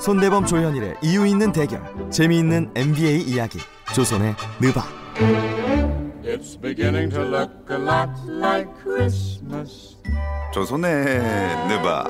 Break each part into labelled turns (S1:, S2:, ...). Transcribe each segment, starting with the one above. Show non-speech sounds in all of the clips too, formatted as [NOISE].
S1: 손대범 조현일의 이유 있는 대결 재미있는 NBA 이야기 조선의 느바
S2: It's beginning to look a lot like Christmas.
S3: 조선의 느바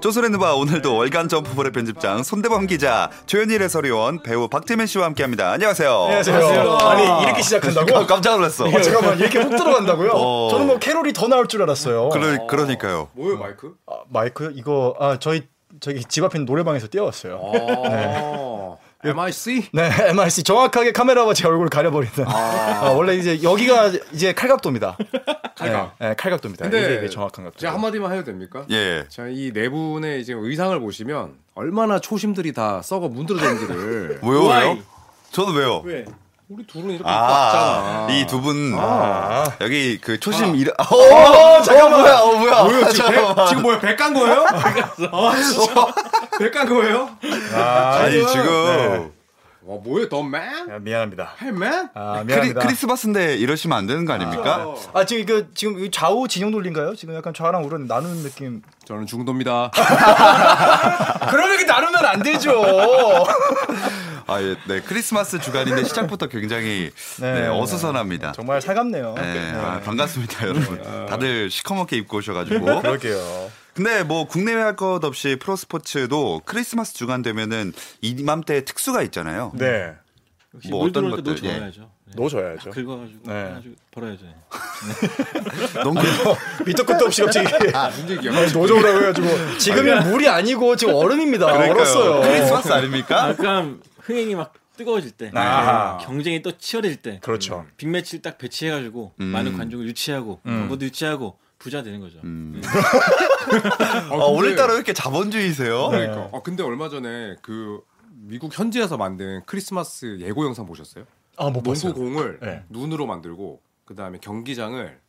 S3: 조선의 느바 오늘도 월간 점프볼의 편집장 손대범 기자 조현일 해설위원 배우 박재민 씨와 함께합니다. 안녕하세요.
S4: 안녕하세요. 아니 이렇게
S3: 어,
S4: 시작한다고?
S3: 깜짝 놀랐어.
S4: 아, 잠깐만 이렇게 훅 들어간다고요?
S3: 어.
S4: 저는 뭐 캐롤이 더 나올 줄 알았어요.
S3: 그러, 그러니까요.
S5: 뭐예요 마이크?
S4: 아, 마이크 이거 아 저희 저기 집 앞에 있는 노래방에서 띄웠어요.
S5: 아, MIC?
S4: 네, [LAUGHS] MRC 정확하게 카메라와 제 얼굴 가려버린다. 아, 원래 이제 여기가 이제 칼각도입니다.
S5: 칼각.
S4: 네, 네, 칼각도입니다. 이게, 이게 정확한 각도.
S5: 제가 한마디만 해도 됩니까?
S3: 예.
S5: 자, 이 네 분의 지금 의상을 보시면 얼마나 초심들이 다 썩어 문드러진지를 [LAUGHS]
S3: 왜요? 왜요? 저도 왜요?
S5: 우리 둘은 이렇게
S3: 아,
S5: 왔잖아.
S3: 이 두 분. 여기 그 초심 이름. 아,
S4: 잠깐만.
S3: 뭐야, 어, 뭐야.
S5: 뭐예요? 지금, 배, 지금 뭐예요? 배 깐 [LAUGHS] 거예요? 아, 배 깐 거예요?
S3: 아니, 지금.
S5: 와, 뭐예요? The man?
S4: 아, 미안합니다.
S5: Hey man?
S4: 아
S3: 크리,
S4: 미안합니다.
S3: 크리스마스인데 이러시면 안 되는 거 아닙니까?
S4: 아 지금 이거 지금 이 좌우 진영 돌린가요? 지금 약간 좌랑 우랑 나누는 느낌.
S5: 저는 중도입니다.
S4: 그런 얘기 나누면 안 되죠. [LAUGHS]
S3: 아, 예, 네. 크리스마스 주간인데 시작부터 굉장히
S4: 네.
S3: 네, 어수선합니다.
S4: 정말 살갑네요. 아.
S3: 네, 아, 반갑습니다, 여러분. 다들 시커멓게 입고 오셔가지고.
S4: [LAUGHS] 그럴게요.
S3: 근데 뭐 국내외 할 것 없이 프로 스포츠도 크리스마스 주간 되면은 이맘때 특수가 있잖아요.
S4: 네.
S6: 역시
S3: 뭐
S6: 물
S3: 어떤
S6: 들어올 때
S3: 것들,
S6: 노
S3: 예.
S6: 줘야죠. 네.
S4: 넣어줘야죠.
S6: 긁어가지고
S4: 네.
S6: 해가지고 벌어야죠.
S3: 너무
S4: 밑도 끝도 없이 갑자기
S5: 문제 기억.
S4: 노조라고 해가지고 지금은 물이 아니고 지금 얼음입니다.
S3: 아, 네. 그러니까요.
S4: 얼었어요.
S3: 크리스마스 아닙니까?
S6: 약간 흥행이 막 뜨거워질 때, 네.
S4: 아하.
S6: 경쟁이 또 치열해질 때,
S4: 그렇죠.
S6: 빅매치를 딱 배치해가지고 많은 관중을 유치하고 광고도 유치하고 부자 되는 거죠.
S3: 음. 아, 오늘따라 왜 이렇게 자본주의세요?
S4: 네.
S5: 그러니까. 아, 근데 얼마 전에 그 미국 현지에서 만든 크리스마스 예고 영상 보셨어요?
S4: 아못
S5: 농구 공을
S4: 네.
S5: 눈으로 만들고 그 다음에 경기장을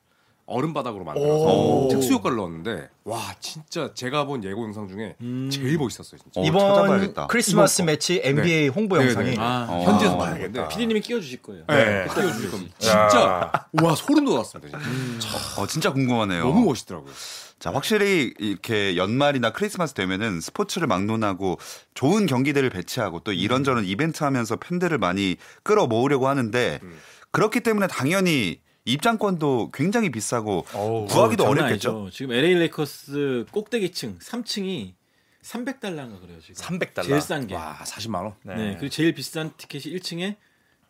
S5: 얼음 바닥으로
S4: 오.
S5: 만들어서 특수 효과를 넣었는데 와 진짜 제가 본 예고 영상 중에 제일 음. 멋있었어요 진짜
S3: 어,
S4: 이번
S3: 찾아봐야겠다.
S4: 크리스마스 매치 NBA 홍보
S5: 네,
S4: 영상이
S5: 네.
S6: 아,
S3: 어.
S5: 현지에서 만든 건데
S6: PD님이 끼워주실 거예요.
S5: 네.
S6: 그때 끼워주실 겁니다.
S5: 진짜 와 소름 돋았습니다 진짜.
S3: 어, 진짜 궁금하네요.
S5: 너무 멋있더라고요
S3: 자, 확실히 이렇게 연말이나 크리스마스 되면은 스포츠를 막론하고 좋은 경기들을 배치하고 또
S6: 음.
S3: 이런저런 이벤트 하면서 팬들을 많이 끌어 모으려고 하는데
S6: 음.
S3: 그렇기 때문에 당연히 입장권도 굉장히 비싸고 구하기도
S6: 장난
S3: 어렵겠죠.
S6: 아니죠. 지금 LA 레이커스 꼭대기층 3층이 300달러인가 그래요 지금.
S4: 300달러.
S6: 제일 싼
S5: 음.
S6: 게.
S5: 와 40만 원
S6: 네. 그리고 제일 비싼 티켓이 1층에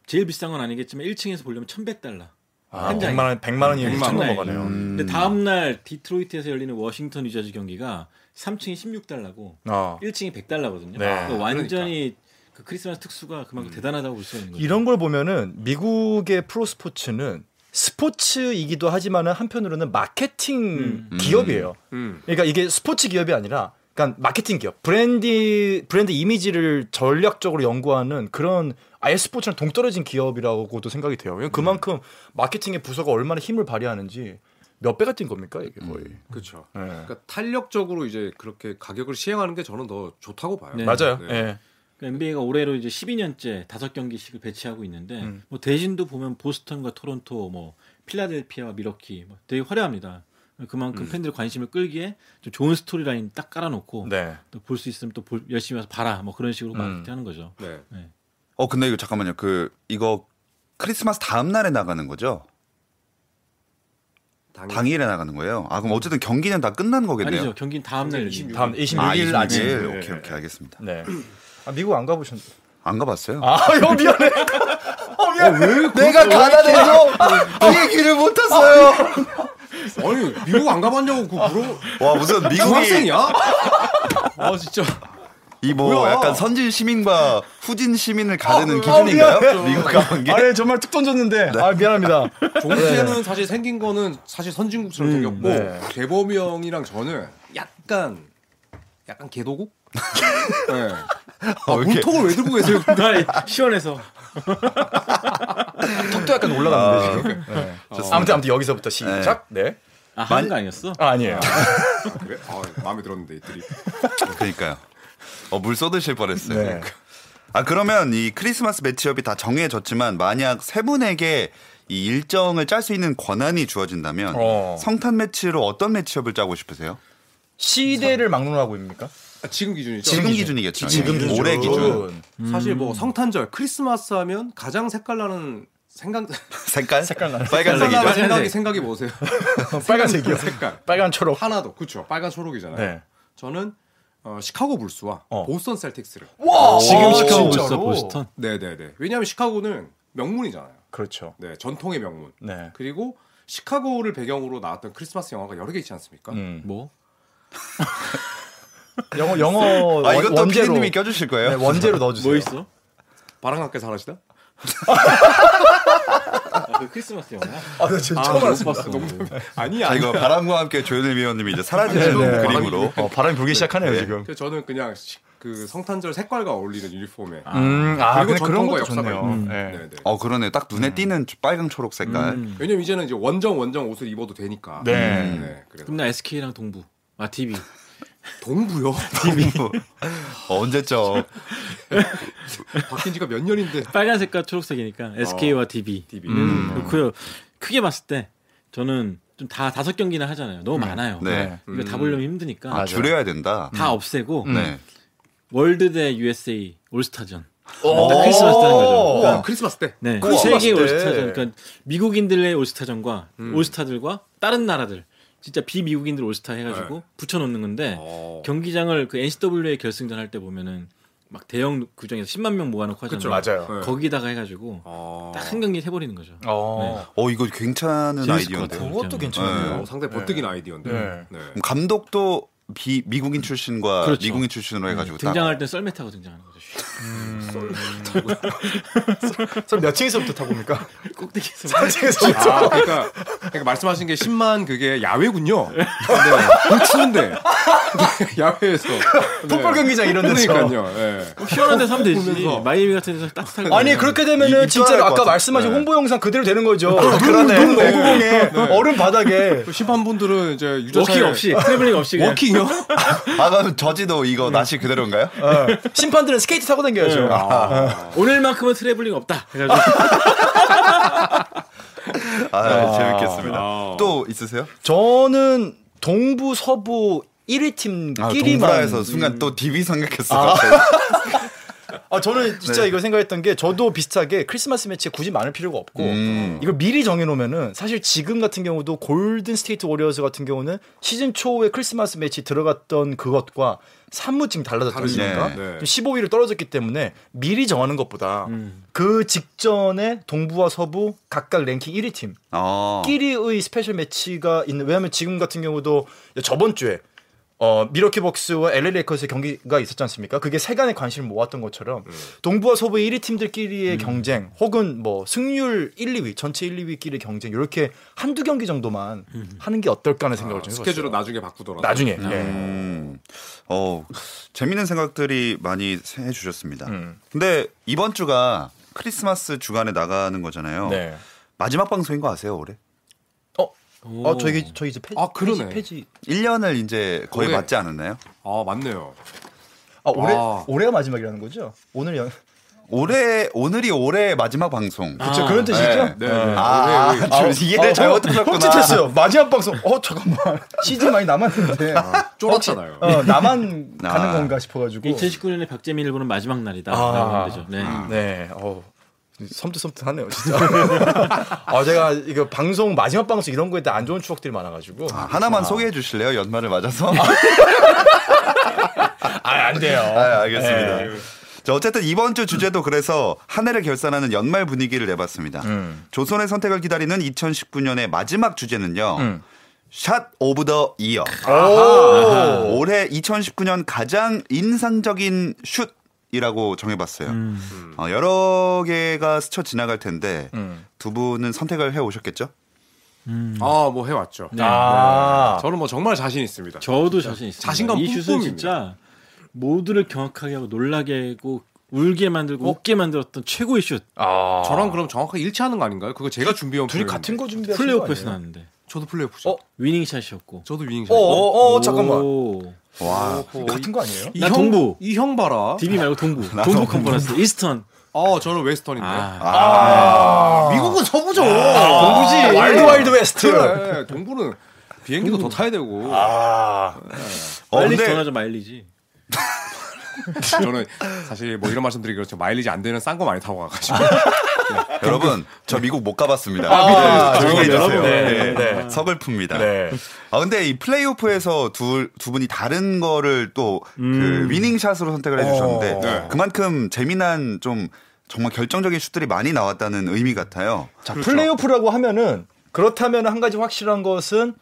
S6: 제일 비싼 건 아니겠지만 1층에서 보려면 1,100달러.
S4: 아, 100만 원 100만 원이
S5: 백만
S4: 엄청
S5: 원.
S4: 넘어가네요.
S6: 근데 다음 날 디트로이트에서 열리는 워싱턴 유저즈 경기가 3층이 16달러고
S4: 아.
S6: 1층이 100달러거든요.
S4: 네.
S6: 완전히 그 크리스마스 특수가 그만큼 대단하다고 볼 수 있는 거죠.
S4: 이런 걸 보면은 미국의 프로 스포츠는 스포츠이기도 하지만은 한편으로는 마케팅 기업이에요.
S5: 음.
S4: 그러니까 이게 스포츠 기업이 아니라 그러니까 마케팅 기업, 브랜디 브랜드 이미지를 전략적으로 연구하는 그런 아예 스포츠랑 동떨어진 기업이라고도 생각이 돼요. 왜냐면 그만큼 마케팅의 부서가 얼마나 힘을 발휘하는지 몇 배가 뛴 겁니까 이게 거의.
S5: 그렇죠
S4: 네.
S5: 그러니까 탄력적으로 이제 그렇게 가격을 시행하는 게 저는 더 좋다고 봐요
S6: 네.
S4: 맞아요.
S5: 네.
S4: 예.
S6: NBA가 그러니까 올해로 이제 12년째 다섯 경기씩을 배치하고 있는데 뭐 대진도 보면 보스턴과 토론토, 뭐 필라델피아와 미러키 뭐 되게 화려합니다. 그만큼 팬들의 관심을 끌기에 좀 좋은 스토리라인 딱 깔아놓고
S4: 네.
S6: 또 볼 수 있으면 또 볼- 열심히 와서 봐라 뭐 그런 식으로 마케팅하는 거죠.
S5: 네.
S6: 네.
S3: 어 근데 이거 잠깐만요. 그 이거 크리스마스 다음 날에 나가는 거죠?
S5: 당일.
S3: 당일에 나가는 거예요. 아 그럼 어쨌든 경기는 다 끝난 거겠네요.
S6: 아니죠. 예. 경기는 다음 날 열립니다.
S4: 다음 26일 네,
S3: 아, 26일
S4: 아침.
S3: 오케이 오케이 알겠습니다.
S4: [CLEARS THROAT] 네. 아, 미국 안 가보셨?
S3: 안 가봤어요.
S4: 아, [LAUGHS] 형 미안해. 어, 미안해.
S3: 내가
S6: 아,
S3: 가난해서 이 얘기를 못했어요.
S5: 아니 미국 안 가봤냐고 [LAUGHS] 그 물어
S3: 와 무슨 미국이
S5: 중학생이야? 아 진짜
S3: 이 뭐
S5: 뭐야?
S3: 약간 선진 시민과 후진 시민을 가르는 기준인가요? 미국 가는 게?
S4: 아, 네, 정말 툭 던졌는데. 아, 미안합니다.
S3: 네.
S5: 종태는 사실 생긴 거는 사실 선진국처럼
S3: 음,
S5: 생겼고
S4: 네.
S5: 대범이 형이랑 저는 약간 약간 개도국?
S3: [LAUGHS]
S5: 네. 아,
S3: 어, 이렇게.
S5: 물통을 왜 들고
S3: [LAUGHS]
S5: 계세요?
S6: [LAUGHS] 아, 시원해서
S4: [LAUGHS] 턱도 약간 올라갔는데 지금. 네. 아무튼 아무튼 여기서부터 시작. 네.
S6: 아, 하는 거 아니었어?
S4: 아, 아니에요.
S5: 그래? 아, 마음에 들었는데 이들이
S3: 그러니까요. 어 물 쏟으실 뻔했어요.
S4: 네.
S3: 아 그러면 이 크리스마스 매치업이 다 정해졌지만 만약 세 분에게 이 일정을 짤 수 있는 권한이 주어진다면
S4: 어.
S3: 성탄 매치로 어떤 매치업을 짜고 싶으세요?
S4: 시대를 막론하고 입니까?
S5: 아, 지금 기준이죠.
S3: 지금 기준이겠죠. 음.
S4: 지금
S3: 예.
S4: 기준. 어.
S3: 올해 기준.
S5: 사실 뭐 성탄절, 크리스마스 하면 가장 색깔나는 생각
S3: 색깔?
S4: 색깔 나는
S3: 빨간색이죠.
S5: 색깔나는 생각이 생각이
S3: [LAUGHS]
S5: 뭐세요?
S4: 빨간색이요.
S5: 색깔
S4: 빨간 초록.
S5: 하나도 그렇죠. 빨간 초록이잖아요.
S4: 네.
S5: 저는 어, 시카고 불스와
S4: 어.
S5: 보스턴 셀틱스를.
S4: 와
S6: 지금 시카고
S4: 진짜로?
S6: 있어 보스턴.
S5: 네네네. 왜냐하면 시카고는 명문이잖아요.
S4: 그렇죠.
S5: 네 전통의 명문.
S4: 네.
S5: 그리고 시카고를 배경으로 나왔던 크리스마스 영화가 여러 개 있지 않습니까?
S4: 음.
S6: 뭐?
S4: 영어 영어
S3: 아
S4: 원-
S3: 이것도
S4: 원제로
S3: 피디님이 껴주실 거예요?
S4: 네, 원제로 넣어주세요.
S6: 뭐 있어?
S5: 바람 함께 사라지다?
S6: 아, 그 크리스마스 영화.
S4: 아, 네. 나 지금 처음
S5: 못
S4: 알았어.
S5: 봤어. 농담이- 아니야.
S3: 자 이거 바람과 함께 조현일 위원님이 이제 사라지는
S4: 네, 네.
S3: 그림으로
S4: 어, 바람이 불기 시작하네요
S3: 네.
S4: 지금.
S5: 그래서 저는 그냥 시- 그 성탄절 색깔과 어울리는 유니폼에
S4: 음, 아,
S5: 그리고
S4: 근데 그런
S5: 전통과
S4: 것도
S5: 역사가
S4: 좋네요.
S5: 있는.
S4: 네.
S5: 네네.
S3: 어 그러네 딱 눈에 띄는 빨강 초록 색깔
S6: 음.
S5: 왜냐면 이제는 이제 원정 원정 옷을 입어도 되니까.
S4: 네.
S5: 그래서
S6: 그럼 나 SK랑 동부. 아 DB.
S5: 동부요. [LAUGHS]
S3: 뭐, 어, 언제죠?
S5: 바뀐 지가 몇 년인데.
S6: 빨간색과 초록색이니까 SK와 DB.
S5: DB.
S6: 어. 음. 그렇고요. 크게 봤을 때 저는 좀 다 다섯 경기나 하잖아요. 너무 많아요.
S3: 네.
S6: 이거 다 보려면 힘드니까
S3: 아, 줄여야 된다.
S6: 다 없애고
S3: 네.
S6: 월드 대 USA 올스타전.
S4: 오.
S6: 딱 크리스마스 때는
S4: 어.
S6: 거죠.
S5: 우와, 크리스마스 때.
S6: 네, 그
S4: 크리스마스
S6: 세계
S4: 때.
S6: 올스타전, 그러니까 미국인들의 올스타전과 올스타들과 다른 나라들, 진짜 비미국인들 올스타 해가지고 붙여놓는
S4: 네.
S6: 건데
S5: 어.
S6: 경기장을 그 NCAA 결승전 할 때 보면은 막 대형 구장에서 10만 명 모아놓고
S5: 그쵸,
S6: 하잖아요.
S4: 맞아요.
S5: 네.
S6: 거기다가 해가지고
S5: 어.
S6: 딱 한 경기 해버리는 거죠.
S4: 어.
S3: 어 이거 괜찮은
S6: 재밌을 것
S3: 아이디어인데.
S6: 같아요.
S4: 그것도
S5: 어,
S4: 괜찮네요.
S5: 상당히 버뜩이는 아이디어인데.
S4: 네.
S5: 네.
S3: 그럼 감독도 비 미국인 출신과
S6: 그렇죠.
S3: 미국인 출신으로 해가지고 딱
S6: 등장할 때 썰매 타고 등장하는 거죠. 슉.
S4: 그럼 몇 층에서부터 타봅니까?
S6: 꼭대기에서
S4: 몇 층에서부터?
S5: 아, 그러니까, 그러니까 말씀하신 게 10만 그게 야외군요. 네. 그 추운데 [LAUGHS] 네, 야외에서 네.
S4: 풋볼 경기장 이런 데서.
S5: 그러니까요. 네.
S6: 어, 시원한 데서 하면 되지.
S5: 보면서.
S6: 마이애미 같은 데서 따뜻하게.
S4: 아니
S6: 하면.
S4: 그렇게
S3: 이-
S4: 되면은
S3: 네. 이
S4: 진짜로
S3: 떠날 것
S4: 아까
S3: 같아.
S4: 말씀하신
S3: 네. 아,
S4: 홍보 영상 그대로 되는 거죠.
S3: 그러네.
S4: 눈 공공에 얼음 바닥에.
S5: 그 심판분들은 이제 유저차에
S6: 워킹 없이 트래블링 없이 그냥
S5: 워킹이요?
S4: 네.
S3: 아 그럼 저지도 이거 낯이 그대로인가요?
S4: 어. 심판들은 스케이트 타고
S3: 네.
S4: 다녀야죠.
S6: 오늘만큼은 트래블링 없다. 해가지고
S3: 아, 재밌겠습니다. 또 있으세요?
S4: 저는 동부 서부 1위
S3: 아,
S4: 팀끼리만
S3: 동부라에서 순간 또 DB 생각했어. 아.
S4: 아 저는 진짜
S3: 네.
S4: 이거 생각했던 게 저도 비슷하게 크리스마스 매치에 굳이 많을 필요가 없고
S3: 음.
S4: 이걸 미리 정해놓으면은 사실 지금 같은 경우도 골든 스테이트 워리어스 같은 경우는 시즌 초에 크리스마스 매치 들어갔던 그것과 산무증 달라졌지 않습니까?
S3: 다르죠.
S5: 네.
S4: 15위로 떨어졌기 때문에 미리 정하는 것보다 그 직전에 동부와 서부 각각 랭킹 1위 팀
S3: 어.
S4: 끼리의 스페셜 매치가 있는 왜냐하면 지금 같은 경우도 저번 주에 어, 미러키 벅스와 LA 레이커스의 경기가 있었지 않습니까? 그게 세간의 관심을 모았던
S5: 음.
S4: 것처럼 동부와 서부 1위 팀들끼리의 경쟁 혹은 뭐 승률 1, 2위 전체 1, 2위끼리 경쟁 이렇게 한두 경기 정도만 하는 게 어떨까 하는 생각을 네, 좀 해봤어요.
S5: 음. 아, 스케줄은 나중에 바꾸더라도.
S4: 나중에 예.
S3: 음. 어, 재밌는 생각들이 많이 해 주셨습니다. 근데 이번 주가 크리스마스 주간에 나가는 거잖아요.
S4: 네.
S3: 마지막 방송인 거 아세요, 올해?
S4: 어,
S6: 오.
S4: 어 저희 저희 이제 폐지
S5: 아, 그러네.
S4: 폐지. 폐지.
S3: 1년을 이제 거의
S5: 올해.
S3: 맞지 않았나요?
S5: 아 맞네요.
S4: 아 올해
S5: 아.
S4: 올해가 마지막이라는 거죠? 오늘 연
S3: 올해 오늘이 올해 마지막 방송.
S6: 아.
S4: 그쵸, 그런 뜻이죠?
S5: 네.
S3: 아,
S5: 네, 네.
S3: 저
S4: 어,
S3: 이해를 잘못하셨구나.
S4: 헛짓했어요. 마지막 방송. 어 잠깐만 [LAUGHS] 시즌 많이 남았는데.
S5: 쫄았잖아요.
S4: 어, 나만
S3: 아.
S4: 가는 건가 싶어가지고.
S6: 2019년에 박재민 일보는 마지막 날이다.
S4: 아.
S6: 라고 하면 되죠. 네.
S4: 네. 어. 섬뜩섬뜩하네요, 진짜. [LAUGHS] 아, 제가 이거 방송 마지막 방송 이런 거에 대해 안 좋은 추억들이 많아가지고.
S3: 아, 하나만 소개해 주실래요? 연말을 맞아서.
S4: 안 돼요.
S3: [LAUGHS] 아, 알겠습니다.
S4: 네.
S3: 자, 어쨌든 이번 주 주제도 그래서 한 해를 결산하는 연말 분위기를 내봤습니다.
S4: 음.
S3: 조선의 선택을 기다리는 2019년의 마지막 주제는요.
S4: 음.
S3: 샷 오브 더 이어. 올해 2019년 가장 인상적인 슛이라고 정해봤어요.
S4: 음.
S3: 어, 여러 개가 스쳐 지나갈 텐데 두 분은 선택을 해 오셨겠죠?
S5: 아뭐 해왔죠.
S4: 아.
S5: 저는 뭐 정말 자신 있습니다.
S6: 저도 자신 있습니다.
S5: 자신감
S6: 이 슛은
S5: 뿜뿜입니다.
S6: 진짜 모두를 경악하게 하고 놀라게 하고 울게 만들고 웃게 만들었던 최고의 슛.
S4: 아.
S5: 저랑 그럼 정확하게 일치하는 거 아닌가요? 그거 제가 준비한
S4: 둘이
S5: 플레이인데.
S4: 같은 거 준비하신
S6: 플레이오프에서
S4: 거 네, 아니에요?
S6: 나왔는데
S5: 저도 플레이오프죠.
S4: 어?
S6: 위닝샷이었고.
S5: 저도 위닝.
S4: 어, 어, 어,
S6: 오.
S4: 잠깐만.
S3: 와.
S4: 같은 거 아니에요?
S6: 나 동부.
S5: 이형 봐라.
S6: DB 말고 동부. 동부 컨퍼런스 이스턴.
S5: 아 저는 웨스턴인데.
S6: 아.
S3: 아.
S5: 미국은 서부죠. 아.
S4: 동부지. 와일드 와일드 웨스트.
S5: 네, 동부는 비행기도 더 타야 되고.
S4: 아.
S3: 어,
S6: 마일리지
S3: 근데
S6: 전화죠 마일리지.
S5: 저는 사실 뭐 이런 말씀드리기 그렇죠. 마일리지 안 되는 싼 거 많이 타고 가가지고.
S3: 여러분, 저 미국 못 가봤습니다.
S4: 아,
S3: 네, 조용히
S4: 죄송합니다. 네,
S3: 해주세요. 네,
S4: 네.
S3: 서글픕니다.
S4: 네.
S3: 아 근데 이 플레이오프에서 둘, 두 분이 다른 거를 또 그 위닝샷으로 선택을 해주셨는데
S4: 어.
S5: 네.
S3: 그만큼 재미난 좀 정말 결정적인 슛들이 많이 나왔다는 의미 같아요.
S4: 자, 플레이오프라고 하면은 그렇다면 한 가지 확실한 것은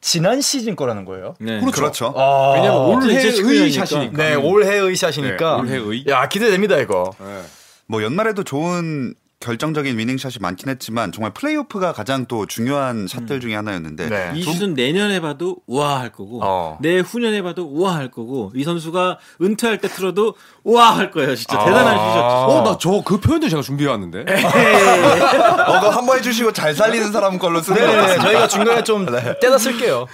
S4: 지난 시즌 거라는 거예요.
S6: 네.
S3: 그렇죠.
S4: 아,
S5: 왜냐면 올해의
S6: 이제
S5: 의
S6: 직후이니까.
S5: 샷이니까.
S4: 네, 올해의 샷이니까.
S5: 네, 올해의.
S4: 야, 기대됩니다, 이거.
S5: 네.
S3: 뭐 연말에도 좋은 결정적인 위닝샷이 많긴 했지만 정말 플레이오프가 가장 또 중요한 샷들 중에 하나였는데
S4: 네.
S6: 이 슛은 내년에 봐도 우와 할 거고
S4: 어.
S6: 내후년에 봐도 우와 할 거고 이 선수가 은퇴할 때 틀어도 우와 할 거예요 진짜
S4: 아.
S6: 대단한 슛이었죠
S5: 어, 나 저 그 표현도 제가 준비해 왔는데.
S3: 어, 그거 한번 해주시고 잘 살리는 사람 걸로 쓰는 것
S4: 네,
S3: 같습니다.
S4: 저희가 중간에 좀 떼다 쓸게요.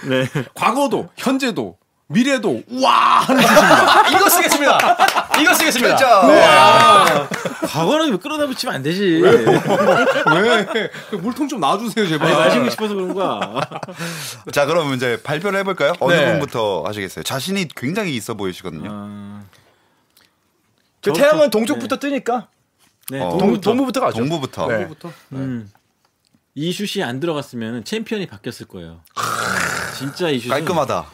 S5: 과거도, 현재도, 미래도 우와 하는 뜻입니다.
S4: 아, 이거 쓰겠습니다. 이거 쓰겠습니다.
S3: 네.
S6: 과거는 왜 끌어다 붙이면 안 되지
S5: 왜? 그 물통 좀 놔주세요 제발.
S6: 아니, 마시고 싶어서 그런 거야
S3: 자, 그럼 이제 발표를 해볼까요? 어느
S4: 네.
S3: 분부터 하시겠어요? 자신이 굉장히 있어 보이시거든요.
S6: 아,
S4: 그 태양은 동쪽부터 뜨니까
S6: 네,
S3: 어.
S4: 동, 동부부터
S5: 아,
S4: 가죠.
S3: 동부부터.
S4: 네.
S6: 음. 이 슛이 안 들어갔으면 챔피언이 바뀌었을 거예요 네, 진짜 이 슛은
S3: 깔끔하다.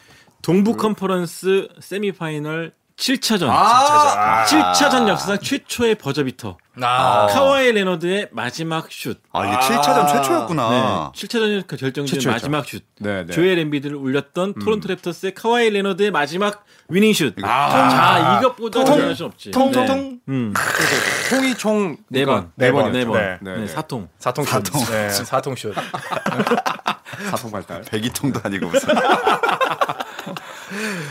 S6: 동부 컨퍼런스 세미파이널 7차전
S5: 아,
S6: 7차전 역사상 최초의 버저비터
S4: 아.
S6: 카와이 레너드의 마지막 슛
S3: 아, 이게 7차전
S6: 네.
S3: 어. 최초였구나.
S6: 7차전 결정전
S5: 최초였죠.
S6: 마지막 슛.
S5: 네, 네.
S6: 조엘 엠비드를 울렸던 토론토 랩터스의 카와이 레너드의 마지막 위닝 슛.
S5: 아.
S6: 자, 이것보다
S4: 통,
S6: 중요할 수 없지.
S4: 통통
S6: 네. 음.
S5: 통이 총 그러니까
S6: 네 번.
S4: 네
S6: 번.
S4: 번이었죠.
S6: 네 번.
S4: 네.
S6: 네,
S5: 네, 네.
S6: 사통.
S4: 사통 슛. 네, 사통 슛.
S5: 사통 발달.
S3: 배기통도 아니고
S5: [LAUGHS]
S3: 무슨.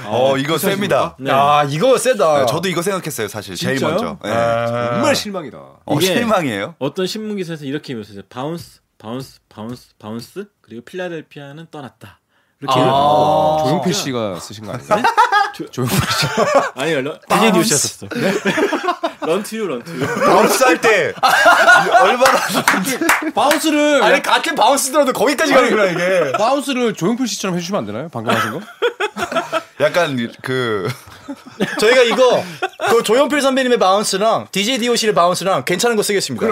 S3: 어, 이거 셉니다.
S6: 네.
S4: 아, 이거 세다.
S3: 네, 저도 이거 생각했어요, 사실. 제일
S5: 진짜요?
S3: 먼저. 네.
S5: 정말 실망이다.
S3: 어,
S6: 이게-
S3: 실망이에요.
S6: 어떤 신문 기사에서 이렇게 묘사했어요. 바운스, 바운스, 바운스, 바운스. 그리고 필라델피아는 떠났다. 이렇게
S4: 아.
S5: 조용필
S6: 진짜?
S5: 씨가 쓰신 거 아니에요? 조용필 씨.
S6: 아니, 런, 그게 뉴스였었어. 런투유, 런투유.
S3: 럽쌀 때. [LAUGHS] 얼마나.
S5: 바운스를
S4: 아니 같은 바운스더라도 거기까지 가는구나 이게.
S5: 바운스를 조용필 씨처럼 해주시면 안 되나요? 방금 하신 거?
S3: 약간
S5: [LAUGHS]
S3: 그.
S4: 저희가 이거 그 조용필 선배님의 바운스랑 DJ DOC의 바운스랑 괜찮은 거 쓰겠습니다.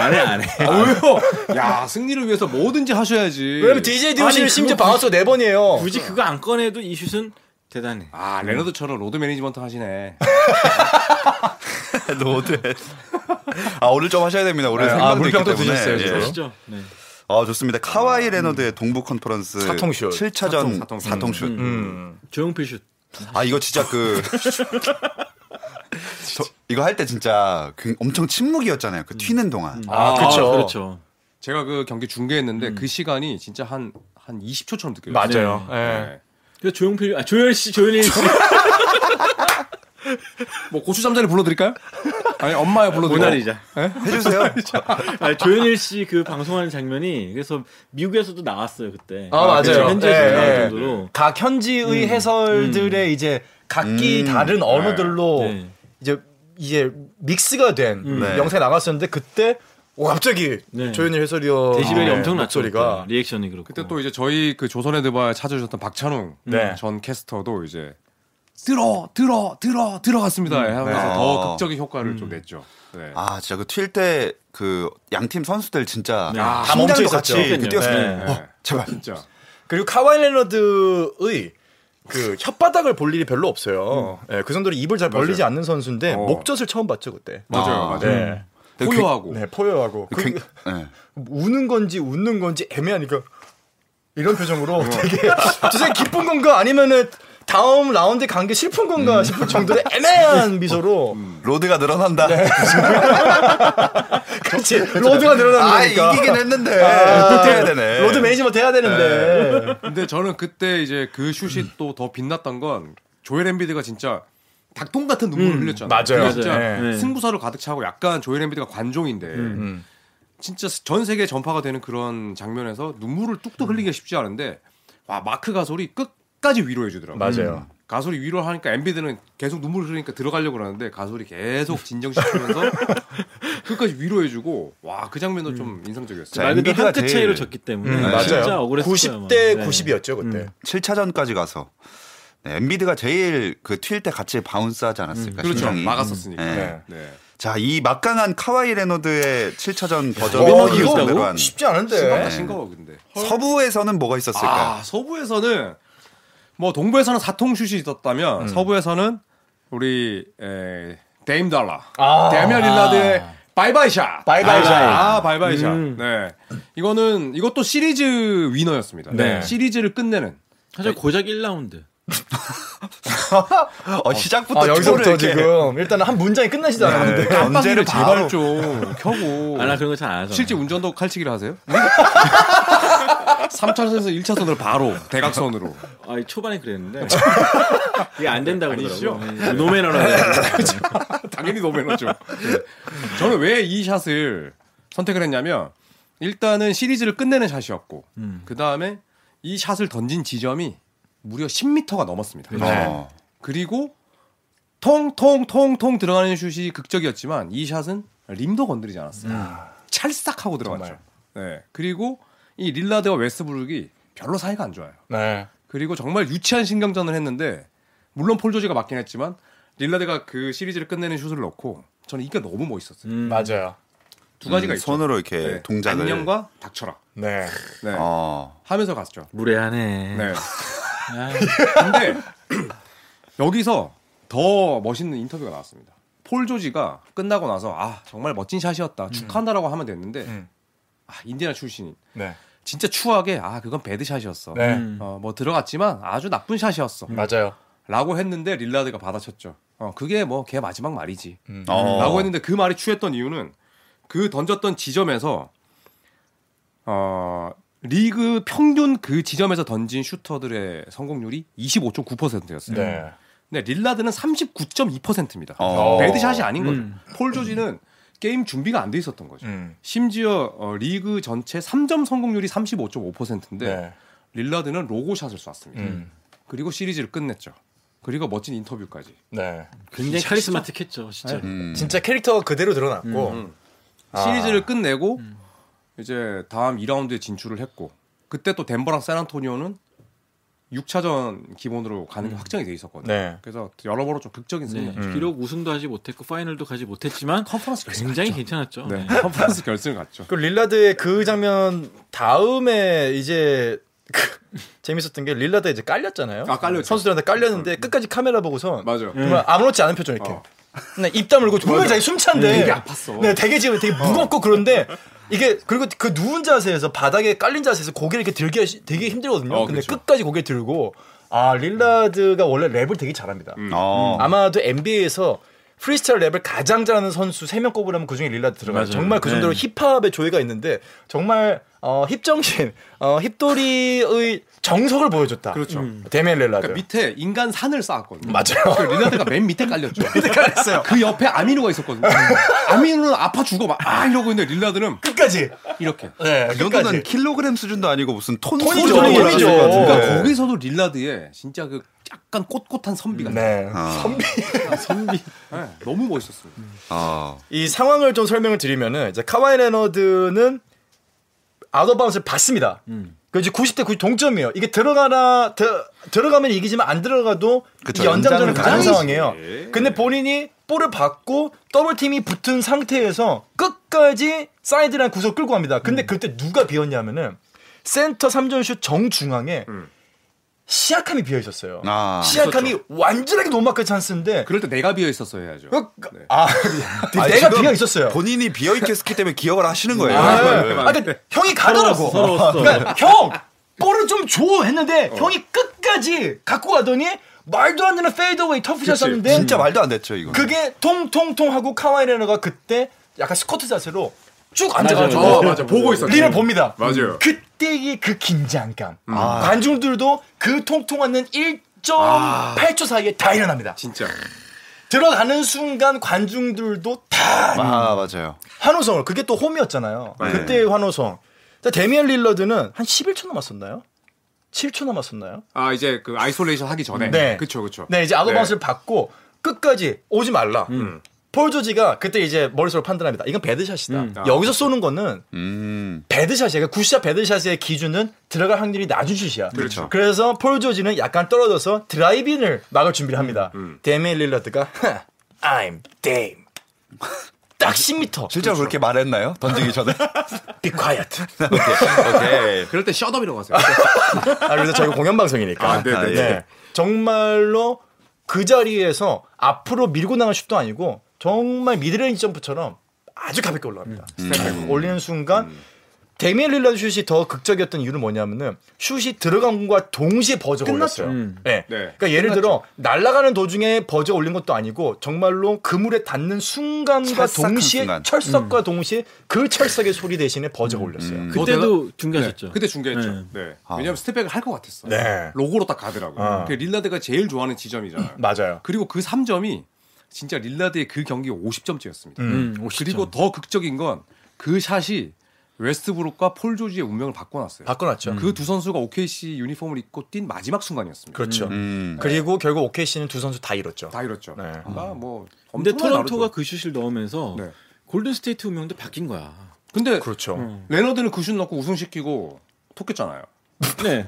S6: 안 해, 안 해.
S5: 아, 왜요? 야 승리를 위해서 뭐든지 하셔야지.
S4: 왜냐면 DJ DOC는
S6: 아니,
S4: 심지어
S6: 그거
S4: 바운스가 네 번이에요.
S6: 굳이 그거 안 꺼내도 이 슛은 대단해.
S5: 아 레너드처럼 로드 매니지먼트 하시네.
S3: 노드. 아, 오늘 좀 하셔야 됩니다. 오늘
S5: 네, 아,
S3: 생방도
S5: 물병도
S3: 있기 때문에.
S5: 드셨어요, 지금.
S3: 예.
S6: 아시죠? 네.
S3: 아, 좋습니다. 카와이 레너드의 동부 컨퍼런스
S4: 사통슛.
S3: 7차전
S5: 사통, 사통.
S3: 사통슛.
S4: 음.
S6: 조용필 슛.
S3: 아 이거 진짜 그 저- 이거 할 때 진짜 그 엄청 침묵이었잖아요.
S6: 음.
S3: 그 튀는 동안.
S4: 아, 그렇죠.
S6: 그렇죠.
S5: 제가 그 경기 중계했는데 그 시간이 진짜 한 한 20초처럼 느껴요.
S4: 맞아요.
S5: 네.
S4: 예.
S6: 그래서 조용필, 아, 조열 씨, 조현일 씨.
S5: 뭐 고추 잠자리 불러드릴까요? 아니 엄마야 불러드릴까요?
S6: 모나리자.
S3: 해주세요.
S6: 아, 조현일 씨 그 방송하는 장면이 그래서 미국에서도 나왔어요, 그때.
S4: 아, 맞아요.
S6: 그래서 현지에서
S4: 예,
S6: 나올
S4: 예.
S6: 정도로. 음.
S4: 각 현지의 해설들의 이제 각기
S3: 음.
S4: 다른 언어들로
S6: 네. 음.
S4: 이제 이제 믹스가 된
S3: 네.
S4: 영상이 나갔었는데 그때 오, 갑자기
S6: 네.
S4: 조현일 해설위원
S6: 데시벨이 엄청 낮죠.
S4: 소리가
S6: 그때. 리액션이 그렇고.
S5: 그때 또 이제 저희 그 조선의 드바에 찾아주셨던 박찬웅
S4: 네.
S5: 전 캐스터도 이제 들어 들어 들어 들어갔습니다 하면서
S3: 네.
S5: 더
S3: 어.
S5: 극적인 효과를 좀 냈죠. 네.
S3: 아 진짜 그 튈 때 그 양팀 선수들 진짜
S6: 네.
S3: 아,
S6: 다
S3: 심장도
S4: 멈춰
S3: 같이
S4: 있었죠.
S3: 이렇게 뛰었어요.
S5: 네.
S3: 어, 제발.
S5: 진짜
S4: 그리고 카와이 레너드의 그 혓바닥을 볼 일이 별로 없어요. 예, 그 정도로 입을 잘 벌리지 않는 선수인데
S5: 어.
S4: 목젖을 처음 봤죠 그때.
S5: 맞아요 맞아요.
S3: 아,
S4: 네.
S5: 포효하고
S4: 네, 포효하고 그,
S3: 굉- 네.
S4: 우는 건지 웃는 건지 애매하니까 이런 표정으로 되게 [LAUGHS] 도대체 기쁜 건가 아니면은 다음 라운드 간 게 슬픈 건가 싶을 정도로 애매한 미소로
S3: 로드가 늘어난다.
S4: 그렇지 로드가 늘어나는
S3: 아
S4: 거니까
S3: 이기긴 했는데
S4: 아,
S3: 또 해야 되네.
S4: 로드 매니지먼트 해야 되는데
S5: 근데 저는 그때 이제 그
S4: 음.
S5: 슛이 또 더 빛났던 건 조엘 엠비드가 진짜 닭똥 같은 눈물을 흘렸잖아요.
S4: 음. 맞아요.
S5: 근데 진짜
S4: 맞아요.
S6: 네.
S5: 승부사로 가득 차고 약간 조엘 엠비드가 관종인데
S4: 음,
S5: 진짜 전 세계 전파가 되는 그런 장면에서 눈물을 뚝뚝
S4: 음.
S5: 흘리기가 쉽지 않은데 와 마크 가솔이 끝까지 위로해 주더라고요. 음.
S4: 맞아요.
S5: 가솔이 위로하니까 엠비드는 계속 눈물을 흘리니까 들어가려고 그러는데 가솔이 계속 진정시키면서 [LAUGHS] 끝까지 위로해주고 와 그 장면도 좀 인상적이었어요.
S3: 자,
S6: 말 그대로
S3: 엔비디가
S6: 한끗
S3: 제일-
S6: 차이로 졌기 때문에
S4: 음,
S6: 진짜 뭐.
S4: 맞아요
S6: 억울했어요. 네.
S4: 90대 90이었죠 그때
S3: 7차전까지 가서 네, 엔비드가 제일 그 튈 때 같이 바운스하지 않았을까
S5: 그렇죠.
S3: 심장이.
S5: 막았었으니까.
S3: 네.
S5: 네.
S3: 자, 이 막강한 카와이 레노드의 7차전 버전을
S6: 어,
S3: 오늘
S6: 이거
S3: 상대로 한
S4: 뭐 쉽지 않은데.
S5: 신거다 신거 근데.
S3: 서부에서는 뭐가 있었을까?
S5: 네. 아, 서부에서는 뭐 동부에서는 사통슛이 있었다면 서부에서는 우리 에, 데임 달라.
S4: 아.
S5: 데미안 릴라드의 바이바이 샷.
S4: 바이바이 샷.
S5: 아, 바이바이 샷.
S6: 음.
S5: 네. 이거는 이것도 시리즈 위너였습니다.
S4: 네.
S5: 시리즈를 끝내는
S6: 사실 고작 1라운드.
S3: 어, 시작부터
S4: 아, 여기서부터
S3: 투구를 이렇게
S4: 지금 일단은 한 문장이 끝나시잖아요.
S3: 네,
S5: 깜빡이를
S3: 견제를
S5: 제발
S3: 바로
S5: 좀 켜고.
S6: [LAUGHS] 아, 나 그런 거 잘 안 하잖아.
S5: 실제 운전도 칼치기를 하세요? [LAUGHS] 3차선에서 1차선으로 바로 대각선으로.
S6: 아, 초반에
S5: [LAUGHS]
S6: 그랬는데. 이게 안 된다고
S5: 아니시죠? 네.
S6: 그러더라고. 음, 노매너라고.
S5: 당연히 노매너죠. 네. 저는 왜 이 샷을 선택을 했냐면 일단은 시리즈를 끝내는 샷이었고 그 다음에 이 샷을 던진 지점이 무려 10m가 넘었습니다.
S4: 네.
S3: 어.
S5: 그리고 통통통통 들어가는 슛이 극적이었지만 이 샷은 림도 건드리지 않았어요. 찰싹 하고 들어갔죠. 네. 그리고 이 릴라드와 웨스브룩이 별로 사이가 안 좋아요.
S4: 네.
S5: 그리고 정말 유치한 신경전을 했는데 물론 폴 조지가 맞긴 했지만 릴라드가 그 시리즈를 끝내는 슛을 넣고 저는 이게 너무 멋있었어요.
S6: 음.
S4: 네. 맞아요.
S5: 두 가지가
S3: 음,
S5: 있죠.
S3: 손으로 이렇게
S5: 네.
S3: 동작을
S5: 안녕과 닥쳐라.
S4: 네.
S5: 네.
S3: 어.
S5: 하면서 갔죠.
S6: 무례하네.
S5: 네.
S6: 아,
S5: 근데 [CLEARS THROAT] 여기서 더 멋있는 인터뷰가 나왔습니다. 폴 조지가 끝나고 나서 아 정말 멋진 샷이었다 축하한다라고 하면 됐는데
S4: 음.
S5: 아 인디나 출신인
S4: 네.
S5: 진짜 추하게 아 그건 배드 샷이었어.
S4: 네.
S6: 음.
S5: 어, 뭐 들어갔지만 아주 나쁜 샷이었어.
S4: 맞아요.
S5: 라고 했는데 릴라드가 받아쳤죠. 어, 그게 뭐 걔 마지막 말이지.
S4: 음.
S3: 어.
S5: 라고 했는데 그 말이 취했던 이유는 그 던졌던 지점에서 어, 리그 평균 그 지점에서 던진 슈터들의 성공률이 25.9%였어요.
S4: 네.
S5: 근데 릴라드는 39.2%입니다.
S3: 어.
S5: 배드샷이 아닌 거죠.
S6: 음.
S5: 폴 조지는 게임 준비가 안 돼 있었던 거죠.
S4: 음.
S5: 심지어 어, 리그 전체 3점 성공률이 35.5%인데
S4: 네.
S5: 릴라드는 로고샷을 쐈습니다.
S4: 음.
S5: 그리고 시리즈를 끝냈죠. 그리고 멋진 인터뷰까지.
S4: 네.
S6: 굉장히 카리스마틱했죠, 진짜.
S5: 네.
S3: 음.
S4: 진짜 캐릭터가 그대로 드러났고.
S5: 어. 음. 아. 시리즈를 끝내고 이제 다음 2라운드에 진출을 했고 그때 또 덴버랑 샌안토니오는 6차전 기본으로 가는 게 확정이 돼 있었거든요.
S4: 네.
S5: 그래서 여러 번로 좀 극적인 승리.
S6: 네, 비록 우승도 하지 못했고 파이널도 가지 못했지만
S5: 음. 컨퍼런스 결승
S6: 굉장히
S5: 갔죠.
S6: 괜찮았죠.
S5: 네.
S6: 네.
S5: 컨퍼런스 결승 갔죠.
S4: 그 릴라드의 그 장면 다음에 이제 그 [LAUGHS] 재밌었던 게 릴라드 이제 깔렸잖아요.
S5: 아, 깔렸죠.
S4: 선수들한테 깔렸는데 끝까지 카메라 보고선
S5: 맞아요.
S4: 정말 아무렇지 않은 표정 이렇게.
S5: 어.
S4: 네, 입 다물고 정말 자기 숨찬데
S5: 되게 아팠어.
S4: 네, 되게 지금 되게 무겁고 그런데 이게 그리고 그 누운 자세에서 바닥에 깔린 자세에서 고개를 이렇게 들기 시- 되게 힘들거든요.
S5: 어,
S4: 근데
S5: 그렇죠.
S4: 끝까지 고개 들고 아 릴라드가 원래 랩을 되게 잘합니다.
S5: 음.
S3: 어.
S4: 아마도 NBA에서 프리스타일 랩을 가장 잘하는 선수 3명 꼽으라면 그중에 릴라드 들어가요.
S6: 맞아요.
S4: 정말 그 정도로
S6: 네.
S4: 힙합의 조예가 있는데 정말 어, 힙정신, 어, 힙돌이의 정석을 보여줬다. 음.
S5: 그렇죠.
S4: 데미안 릴라드.
S5: 그러니까 밑에 인간 산을
S4: 네.
S5: 쌓았거든요.
S4: 맞아요.
S5: 그 릴라드가 맨 밑에
S4: [LAUGHS]
S5: 깔렸죠. 그 옆에 아미노가 있었거든요. 아미노는 아파 죽어 막 아 이러고 있는데 릴라드는
S4: 끝까지.
S5: 이렇게.
S4: 네,
S3: 아, 이 정도는
S4: 끝까지.
S3: 킬로그램 수준도 아니고 무슨 톤
S4: 톤이죠,
S3: 수준으로
S4: 톤이죠.
S3: 올라가는 것 같은데.
S5: 그러니까
S4: 네.
S5: 거기서도 릴라드의 진짜 그 약간 꼿꼿한 선비가
S4: 네.
S3: 아.
S5: 선비. 네, 너무 멋있었습니다.
S3: 어.
S4: 이 상황을 좀 설명을 드리면은 이제 카와이 레너드는 아웃바운스를 받습니다. 그 이제 90대 90 동점이에요. 이게 들어가나 드- 들어가면 이기지만 안 들어가도
S3: 그쵸,
S4: 이 연장전을
S3: 연장은
S4: 가는
S3: 가야지.
S4: 상황이에요. 근데 본인이 볼을 받고 더블 팀이 붙은 상태에서 끝까지 사이드라인 구석 끌고 갑니다. 근데 그때 누가 비었냐면은 센터 3점슛 정중앙에 시약함이 비어 있었어요.
S3: 아.
S4: 시약함이 완전하게 노마크 찬스인데
S5: 그럴 때 내가 비어 있었어 해야죠.
S4: 그- 아 내가
S3: 지금
S4: 비어 있었어요.
S3: 본인이 비어 있었기 때문에 기억을 하시는 거예요. 네.
S4: 아, 그러니까 형이 가더라고. 그러니까 형 볼을 좀 줘 했는데 형이 끝까지 갖고 가더니 말도 안 되는 페이드웨이 터프샷 썼는데
S3: 진짜 말도 안 됐죠, 이거.
S4: 음. 그게 통통통 하고 카와이 레너가 그때 약간 스쿼트 자세로 쭉
S6: 맞아요.
S4: 앉아가지고
S6: 어,
S5: 맞아. 보고 있었죠.
S4: 리를 봅니다.
S5: 맞아요.
S4: 그때의 그 긴장감.
S3: 음.
S4: 아. 관중들도 그 통통하는 1.8초 사이에 다 일어납니다.
S5: 진짜.
S4: 들어가는 순간 관중들도 다
S3: 아, 맞아요.
S4: 환호성을 그게 또 홈이었잖아요.
S3: 네.
S4: 그때의 환호성. 자, 데미안 릴러드는 한 11초 남았었나요? 7초 남았었나요?
S5: 아 이제 그 아이솔레이션 하기 전에.
S4: 네.
S5: 그쵸그쵸
S4: 네, 이제 아웃바운스를 받고 끝까지 오지 말라. 폴 조지가 그때 이제 머릿속으로 판단합니다. 이건 배드샷이다.
S6: 음.
S5: 아.
S4: 여기서 쏘는 거는
S3: 음.
S4: 배드샷이야. 그러니까 굿샷 배드샷의 기준은 들어갈 확률이 낮은 슛이야.
S3: 그렇죠.
S4: 래서폴 조지는 약간 떨어져서 드라이빙을 막을 준비를 합니다. 데메 릴라드가 I'm Dame. 딱 10m.
S3: 실제로 그렇게 말했나요? 던지기 전에.
S4: Be quiet.
S3: [LAUGHS] 오케이. 오케이.
S5: 그럴 때 셧업이라고 하세요. 네.
S4: 아, 그래서 저희 공연 방송이니까.
S5: 아, 네네.
S4: 네. 정말로 그 자리에서 앞으로 밀고 나간 슛도 아니고 정말 미드레인지 점프처럼 아주 가볍게 올라갑니다. 스텝백 올리는 순간 데미안 릴라드 슛이 더 극적이었던 이유는 뭐냐면은 슛이 들어간 것과 동시에 버저 올렸어요.
S6: 음.
S4: 네.
S5: 네.
S4: 그러니까 예를 들어 날아가는 도중에 버저 올린 것도 아니고 정말로 그물에 닿는 순간과
S3: 찰싹한
S4: 동시에
S3: 순간.
S4: 철석과 동시에 그 철석의 소리 대신에 버저 올렸어요.
S6: 음. 그때도
S5: 네,
S6: 중계하셨죠.
S5: 그때 중계했죠.
S6: 네.
S5: 네. 왜냐하면 스텝백을 할 것 같았어.
S4: 네.
S5: 로고로 딱
S4: 아.
S5: 가더라고.
S4: 음.
S5: 요 그러니까 릴라드가 제일 좋아하는 지점이잖아요.
S4: 맞아요.
S5: 그리고 그 3점이 진짜 릴라드의 그 경기 50점째였습니다.
S6: 음, 50점.
S5: 그리고 더 극적인 건 그 샷이 웨스트브룩과 폴 조지의 운명을 바꿔놨어요.
S4: 바꿔놨죠. 음.
S5: 그 두 선수가 OKC 유니폼을 입고 뛴 마지막 순간이었습니다.
S4: 그렇죠.
S3: 음.
S4: 그리고 결국 OKC는 두 선수 다 잃었죠.
S5: 다 이렇죠.
S4: 네.
S5: 아, 뭐
S6: 음. 근데
S5: 엄청나게
S6: 토론토가
S5: 다르죠.
S6: 그 슛을 넣으면서
S5: 네.
S6: 골든 스테이트 운명도 바뀐 거야.
S5: 근데
S4: 그렇죠.
S5: 레너드는 그 슛 넣고 우승시키고 톡했잖아요.
S6: 네.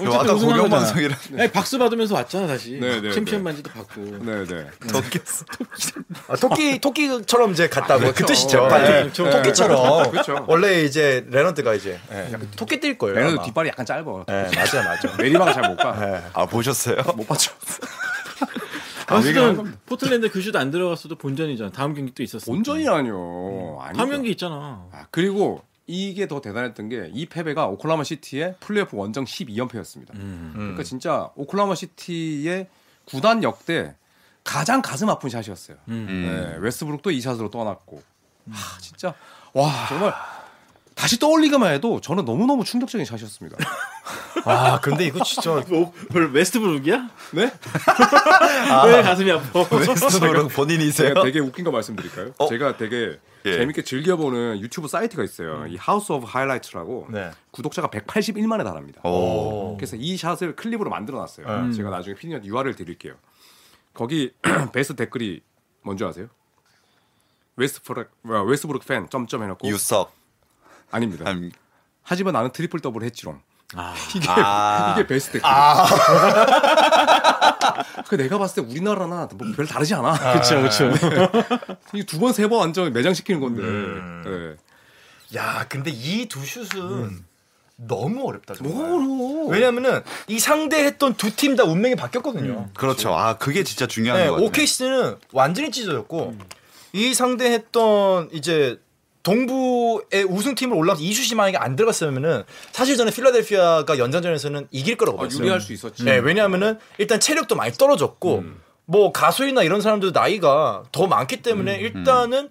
S3: 왔다
S6: 우승한
S3: 공영
S6: 거잖아.
S3: 방송이라.
S6: 아니, 박수 받으면서 왔잖아 다시.
S5: 네, 네,
S6: 챔피언
S5: 네.
S6: 반지도 받고.
S5: 네, 네.
S3: 던졌어.
S4: 아,
S5: [LAUGHS]
S4: 토끼 토끼처럼 이제 갔다고 그
S5: 그렇죠.
S4: 뜻이죠.
S5: 네.
S4: 네.
S5: [LAUGHS]
S4: 토끼처럼.
S5: 그렇죠. 음.
S4: 원래 이제 레넌드가 이제 예, 약간 토끼 뛸 거예요.
S5: 레너드
S4: 아마.
S5: 뒷발이 약간 짧아.
S4: 네, 맞아
S5: [LAUGHS]
S4: 맞아.
S5: 내리막을 잘 못 가.
S3: 아 보셨어요?
S5: 네. [LAUGHS]
S3: 못 봤죠.
S6: 아무튼 포틀랜드 그 슛 안 들어갔어도 본전이잖아. 다음 경기 또 있었어.
S5: 본전이라뇨. 아니죠.
S6: 다음 경기 있잖아.
S5: 아, 그리고 이게 더 대단했던 게 이 패배가 오클라마 시티의 플레이오프 원정 12연패였습니다. 그러니까 진짜 오클라마 시티의 구단 역대 가장 가슴 아픈 샷이었어요.
S6: 음.
S5: 네, 웨스브룩도 이 샷으로 떠났고. 하, 진짜 와 정말 다시 떠올리기만 해도 저는 너무 너무 충격적인 [LAUGHS] 샷이었습니다.
S4: 아 근데 이거 진짜
S6: 뭐, 웨스트브룩이야?
S5: 네?
S6: 왜 가슴이 아파?
S3: 스스로 본인이세요? 네.
S5: 제가 되게 웃긴 거 말씀드릴까요? 제가 되게
S3: 예.
S5: 재밌게 즐겨보는 유튜브 사이트가 있어요. 이 하우스 오브 하이라이트라고
S4: 네.
S5: 구독자가 181만에 달합니다.
S3: 오.
S5: 그래서 이 샷을 클립으로 만들어놨어요.
S4: 음.
S5: 제가 나중에 피디한테 URL 드릴게요. 거기 [CLEARS THROAT] 베스트 댓글이 뭔지 아세요? 아, 웨스트브룩 뭐야, 웨스트브룩 팬 점점 해놓고
S3: 유석.
S5: 아닙니다.
S3: 음.
S5: 하지만 나는 트리플 더블 했지롱. 네. 이게
S3: 아.
S5: [LAUGHS] 이게 베스트 댓글. 그 내가 봤을 때 우리나라나 뭐별 다르지 않아. 네.
S6: 그렇죠, 그렇죠.
S5: 이두 번 세 번 완전 매장시키는 건데.
S4: [LAUGHS]
S5: 네.
S4: 야 근데 이 두 슛은 너무 어렵다. 정말.
S5: 뭐가 음. 어려워?
S4: 왜냐면은 이 상대했던 두 팀 다 운명이 바뀌었거든요.
S5: 음.
S3: 그렇죠. 아 그게 진짜 중요한
S4: 네,
S3: 거 같아요.
S4: OKC는 완전히 찢어졌고 이 상대했던 이제 동부의 우승팀을 올라서 이슈시 만약에 안 들어갔으면은 사실 저는 필라델피아가 연장전에서는 이길 거라고
S5: 아,
S4: 봤어요.
S5: 유리할 수 있었지. 음.
S4: 네, 왜냐하면은 일단 체력도 많이 떨어졌고 뭐 가수이나 이런 사람들도 나이가 더 많기
S5: 음,
S4: 때문에 일단은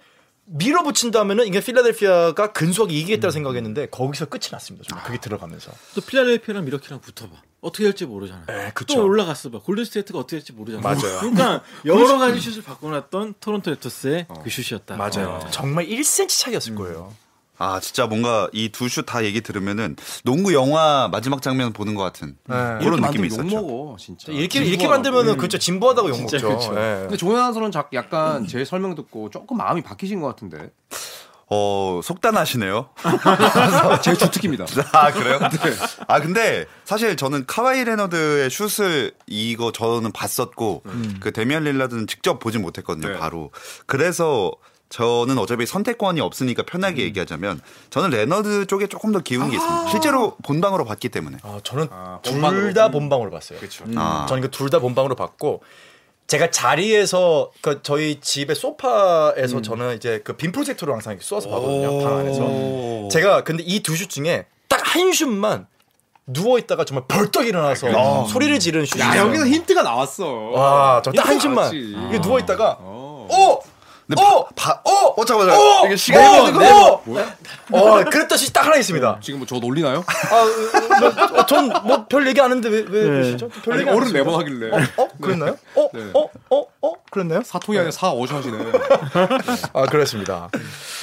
S4: 밀어붙인다면은 이게 필라델피아가 근소하게 이기겠다고
S5: 음.
S4: 생각했는데 거기서 끝이 났습니다. 좀 그게 들어가면서.
S6: 또 필라델피아랑 미러키랑 붙어봐. 어떻게 될지 모르잖아.
S4: 네, 그쵸.
S6: 또 올라갔어 봐. 골든스테이트가 어떻게 될지 모르잖아.
S4: 맞아요.
S6: [LAUGHS] 그러니까 여러 가지 슛을 바꿔놨던 토론토 레터스의
S4: 어.
S6: 그 슛이었다. 어.
S5: 네.
S4: 정말 1cm 차이였을 거예요.
S3: 아 진짜 뭔가 이 두 슛 다 얘기 들으면은 농구 영화 마지막 장면 보는 것 같은
S4: 네.
S5: 이렇게
S3: 그런
S5: 만들면
S3: 느낌이 있었죠.
S5: 욕먹어, 진짜.
S4: 이렇게 이렇게
S5: 진부하다고.
S4: 만들면은 그쵸 아, 음. 진보하다고 욕먹죠.
S6: 그쵸.
S4: 예.
S5: 근데 조현선은 작- 약간 제 설명 듣고 조금 마음이 바뀌신 것 같은데.
S3: 어 속단하시네요.
S5: 제 [LAUGHS] 주특기입니다.
S3: 아 그래요? 아 근데 사실 저는 카와이 레너드의 슛을 이거 저는 봤었고 그 데미안 릴라드는 직접 보진 못했거든요.
S5: 네.
S3: 바로 그래서 저는 어차피 선택권이 없으니까 편하게 얘기하자면 저는 레너드 쪽에 조금 더 기운 게 있습니다. 실제로 본방으로 봤기 때문에.
S4: 아, 저는
S5: 아,
S4: 둘
S5: 본방으로.
S4: 다 본방으로 봤어요.
S5: 그렇죠.
S3: 아.
S4: 저는 그 둘 다 본방으로 봤고 제가 자리에서 그 저희 집의 소파에서 저는 이제 그 빔 프로젝터로 항상 이렇게 쏘아서
S5: 어.
S4: 네. 봤거든요 방 안에서 제가 근데 이 두 슛 중에 딱 한 슛만 누워 있다가 정말 벌떡 일어나서 소리를 지르는 슛이
S5: 야,
S4: 있어요.
S5: 여기서 힌트가 나왔어.
S4: 와, 저 딱 한
S5: 힌트가
S4: 슛만
S5: 나왔지.
S4: 이게 아. 누워 있다가
S5: 어.
S4: 오! 오!
S3: 바, 어, 어, 잠깐만,
S4: 오!
S3: 잠깐만. 이게 시간이
S4: 오!
S3: 걸리는 거.
S4: 오! 어, 그랬던 슛이 딱 하나 있습니다.
S5: 지금 뭐 저 놀리나요?
S4: 아, 전 뭐 별 얘기 안 했는데 왜,
S6: 네.
S4: 왜 그러시죠? 별
S5: 아니,
S4: 얘기 안
S5: 어른
S4: 했습니다.
S5: 네번 하길래.
S4: 어? 어? 그랬나요? 어?
S5: 네.
S4: 어? 어? 어? 그랬나요?
S5: 어. 사통이 아니라 사어셔시네.
S6: 그러니까?
S4: 아, 그랬습니다.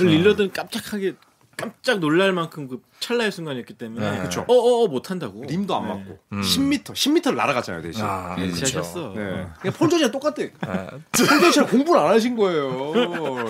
S6: 릴러드는 깜짝하게 깜짝 놀랄 만큼 그 찰나의 순간이었기 때문에
S4: 네, 그쵸.
S6: 어어어 못한다고
S5: 림도 안
S6: 네.
S5: 맞고 10m 10m를 음. 날아갔잖아요 대신.
S4: 아,
S3: 예,
S6: 진짜 셨어
S5: 네. 그냥 폴 조지랑 똑같아. 폴 조지랑 공부를 안 하신 거예요.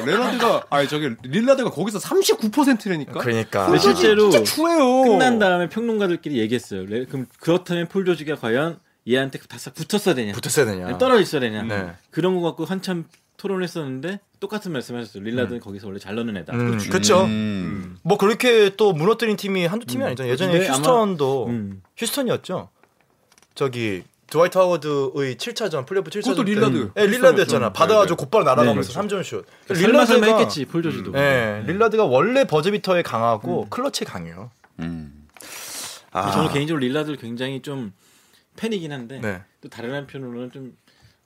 S5: 레나드가 아니 저기 릴라드가 거기서 39%라니까.
S4: 그러니까.
S6: 근데 실제로
S5: 진짜 추해요.
S6: 끝난 다음에 평론가들끼리 얘기했어요. 레- 그럼 그렇다면 폴 조지가 과연 얘한테 다싹 붙었어야 되냐?
S4: 붙었어야 되냐?
S6: 아니면 떨어져 있어야 되냐?
S4: 네.
S6: 그런 거 갖고 한참 토론을 했었는데 똑같은 말씀하셨어요. 릴라드는 거기서 원래 잘 넣는 애다.
S4: 음, 그렇죠.
S3: 음.
S4: 뭐 그렇게 또 무너뜨린 팀이 한두 팀이 아니잖아요. 예전에
S6: 음. 근데 아마-
S4: 휴스턴도
S6: 음.
S4: 휴스턴이었죠. 저기 드와이트 하워드의 7차전 플레이오프 7차전
S5: 그것도 릴라드.
S4: 예, 릴라드였잖아.
S5: 음.
S4: 받아가지고 곧바로 날아가면서
S6: 네.
S4: 3점 슛. 그러니까
S6: 설마 설마 했겠지 음. 폴 조지도.
S4: 예, 릴라드가 원래 버즈비터에 강하고 클러치에 강해요.
S3: 음.
S6: 근데
S3: 아,
S6: 저는 개인적으로 릴라드를 굉장히 좀 팬이긴 한데
S4: 네.
S6: 또 다른 한편으로는 좀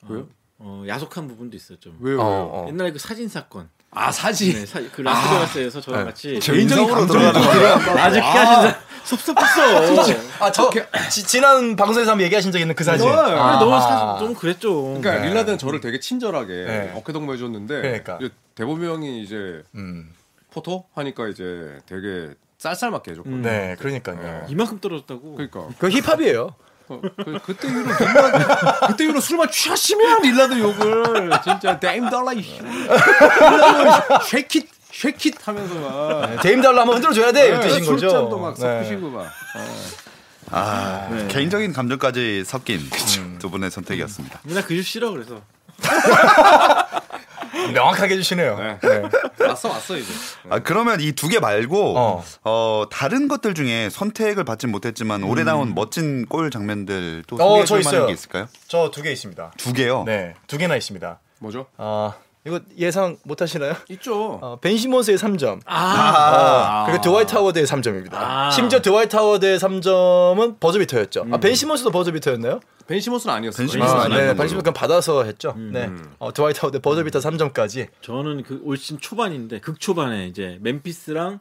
S6: 어,
S5: 왜요?
S6: 어, 야속한 부분도 있어 좀.
S5: 왜요?
S4: 어, 어.
S6: 옛날에 그 사진 사건,
S5: 아 사지.
S6: 네, 사, 그 라스베가스에서 저랑 같이 [LAUGHS]
S3: 개인적으로 들어가는
S6: 나중에
S4: 아.
S6: 하시자 섭섭했어. 네.
S4: 아저 그, 지난 방송에서 한번 얘기하신 적 있는 그 사진.
S5: 네.
S6: 아, 너무
S4: 아하.
S6: 사, 좀 그랬죠.
S5: 그러니까 릴라드는 저를 되게 친절하게
S4: 네.
S5: 어깨동무 해줬는데
S4: 그러니까.
S5: 이제 대범이 형이 이제
S4: 음.
S5: 포토 하니까 이제 되게 쌀쌀맞게 해줬거든요.
S6: 음.
S4: 네, 그러니까요.
S6: 이만큼 떨어졌다고.
S5: 그러니까
S4: 그 힙합이에요.
S5: 어, 그, 그때 이후로 릴라드 그때 이후로 술만 취하시면 릴라드 욕을 진짜 데임 달라 이 릴라드 쉐킷 쉐킷 하면서 막
S4: 네, 데임 달러 한번 흔들어 줘야 돼.
S5: 네,
S4: 이런 뜻인 거죠.
S5: 술잔도 막
S4: 네.
S5: 섞으시고 막
S3: 아, 개인적인 감정까지 섞인 두 분의 선택이었습니다.
S6: 맨날 그집 싫어 그래서.
S4: 명확하게 해 주시네요.
S5: 네.
S4: 네.
S5: 왔어 왔어 이제
S3: 아, 그러면 이 두 개 말고
S4: 어.
S3: 어. 다른 것들 중에 선택을 받진 못했지만 올해 나온 멋진 골 장면들 또
S4: 음. 어,
S3: 소개해
S4: 저
S3: 줄 만한
S4: 있어요.
S3: 게 있을까요?
S4: 저 두 개 있습니다.
S3: 두 개요.
S4: 네, 두 개나 있습니다.
S5: 뭐죠?
S4: 아, 이거 예상 못 하시나요?
S5: 있죠.
S4: 어, 벤시몬스의 3점.
S6: 아,
S4: 어, 그리고 드와이트 하워드의 3점입니다.
S6: 아.
S4: 심지어 드와이트 하워드의 3점은 버즈비터였죠. 아, 벤시몬스도 버즈비터였나요?
S5: 벤 시몬스는 아니었어요.
S3: 음. 벤 시몬스.
S4: 아,
S3: 벤시몬스는
S4: 네,
S3: 아니었던
S4: 벤시몬스 그냥 받아서 했죠.
S3: 음.
S4: 네. 어, 드와이트 하워드 버즈비터 3점까지.
S6: 저는 그 올 시즌 초반인데 극 초반에 이제 멤피스랑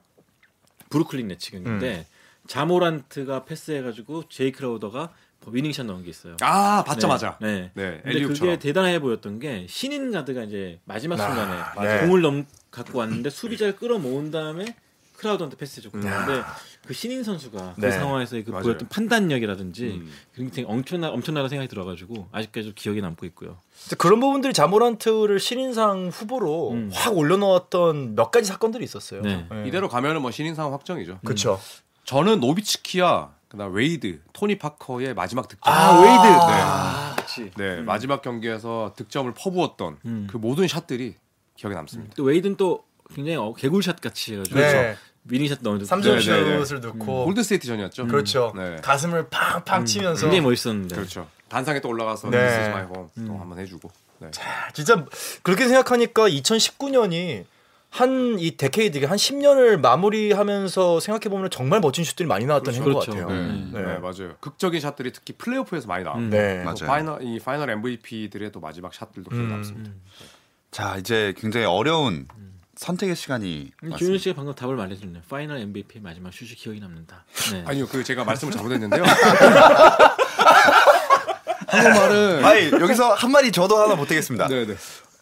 S6: 브루클린 네츠 경기인데
S5: 음.
S6: 자모란트가 패스해가지고 제이 크라우더가 뭐 위닝샷 넣은 게 있어요.
S5: 아 받자마자
S6: 네.
S5: 네,
S6: 근데 그게
S5: 엘리웁처럼.
S6: 대단해 보였던 게 신인 가드가 이제 마지막 순간에
S4: 맞아요.
S6: 공을 넘 갖고 왔는데 수비자를 끌어모은 다음에 크라우드한테 패스해줬고 근데 그 신인 선수가 그
S4: 네.
S6: 상황에서의 그
S5: 음. 맞아요. 음.
S6: 보였던 판단력이라든지 그런 게 되게 엄청나 엄청나다 생각이 들어가지고 아직까지 좀 기억에 남고 있고요.
S4: 근데 그런 부분들이 자모란트를 신인상 후보로
S6: 음.
S4: 확 올려놓았던 몇 가지 사건들이 있었어요. 예.
S6: 네.
S5: 이대로 가면은 뭐 신인상 확정이죠.
S4: 그렇죠.
S5: 저는 노비츠키야 그다음 웨이드 토니 파커의 마지막 득점.
S4: 아, 웨이드.
S6: 그렇지.
S5: 네, 마지막 경기에서 득점을 퍼부었던
S6: 음.
S5: 그 모든 샷들이 기억에 남습니다.
S6: 또 웨이든 또 굉장히 어, 개굴샷 같이 해가지고
S4: 네.
S6: 위닝샷 넣는데
S4: 3점
S5: 네, 네, 네.
S4: 슛을 넣고
S5: 골드스테이트 전이었죠.
S4: 어. 그렇죠.
S5: 네.
S4: 가슴을
S6: 음.
S4: 팡팡 치면서
S6: 굉장히 멋있었는데. 뭐
S5: 그렇죠. 단상에 또 올라가서
S4: 네.
S5: This is my home 또
S6: 음.
S5: 한번 해주고. 네.
S4: 진짜 그렇게 생각하니까 2019년이 한 이 데케이드 한 10년을 마무리하면서 생각해 보면 정말 멋진 슛들이 많이 나왔던 해인
S6: 그렇죠.
S4: 것 같아요.
S3: 네.
S5: 네, 맞아요. 극적인 샷들이 특히 플레이오프에서 많이 나왔고
S6: 음.
S4: 네.
S3: 맞아요.
S5: 또 파이널 이 파이널 MVP들의 또 마지막 샷들도 기억에
S4: 음.
S5: 남습니다.
S3: 자, 이제 굉장히 어려운 선택의 시간이
S6: 근데
S3: 왔습니다.
S6: 음, 조윤 씨가 방금 답을 말해줬네요. 파이널 MVP 마지막 슛이 기억이 남는다. 네.
S5: 아니요, 그 제가 말씀을 잘못했는데요. 한국말은
S3: 아니 여기서 한 마디 저도 하나 보태겠습니다.
S5: 네, 네.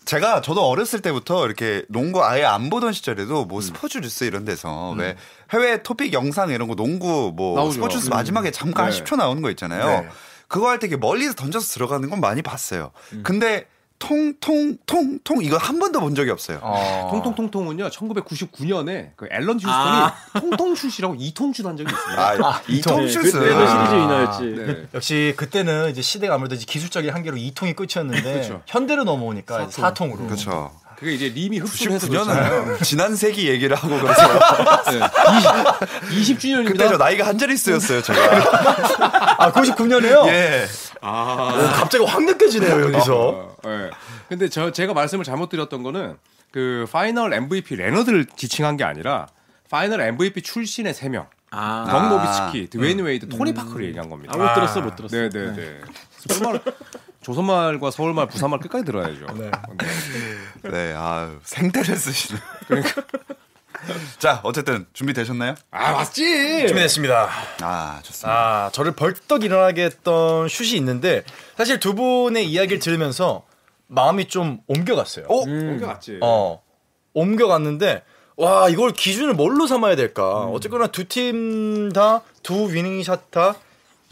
S3: 제가 저도 어렸을 때부터 이렇게 농구 아예 안 보던 시절에도 뭐 스포츠 뉴스 이런 데서 왜 해외 토픽 영상 이런 거 농구 뭐
S5: 나오죠.
S3: 스포츠 뉴스 마지막에 잠깐
S5: 네.
S3: 한 10초 나오는 거 있잖아요.
S4: 네.
S3: 그거 할 때 이렇게 멀리서 던져서 들어가는 건 많이 봤어요. 근데 통 통 통 통 이거 한 번도 본 적이 없어요.
S4: 아.
S5: 통통통통은요 1999년에 그 앨런 휴스턴이
S6: 아.
S5: 통통슛이라고 이통슛 한 적이 있습니다.
S3: 아, 이통
S6: 네,
S3: 슛은
S6: 그때도 시리즈
S4: 아.
S6: 위너였지.
S5: 네.
S4: 역시 그때는 이제 시대가 아무래도 이제 기술적인 한계로 2통이 끝이었는데
S5: 그렇죠.
S4: 현대로 넘어오니까 4통. 으로
S3: 그렇죠.
S5: 그게 이제 림이 흡수해서
S3: 99년은 지난 세기 얘기를 하고 그래서
S5: 20주년입니다.
S3: 그때 저 나이가 한 자릿수였어요, 제가.
S4: 아, 99년에요?
S3: 예.
S4: 아, 갑자기 확 느껴지네요, 여기서.
S5: 어, 예. 근데 저 제가 말씀을 잘못 드렸던 거는 그 파이널 MVP 레너드를 지칭한 게 아니라 파이널 MVP 출신의 세 명.
S6: 아,
S5: 덩 노비츠키, 드웨인 웨이드, 토니 파크를 얘기한 겁니다.
S6: 아, 못 들었어, 못 들었어.
S5: 네, 네, 네. 정말 조선말과 서울말, 부산말 끝까지 들어야죠.
S4: 네.
S3: 네, 아 생태를 쓰시는. 그러니까. 자, 어쨌든 준비되셨나요?
S5: 아, 맞지.
S4: 준비됐습니다.
S3: 아, 좋습니다.
S4: 아, 저를 벌떡 일어나게 했던 슛이 있는데 사실 두 분의 이야기를 들으면서 마음이 좀 옮겨갔어요.
S3: 오,
S5: 옮겨갔지.
S4: 어 옮겨갔는데 와 이걸 기준을 뭘로 삼아야 될까? 어쨌거나 두 팀 다 두 위닝 샷다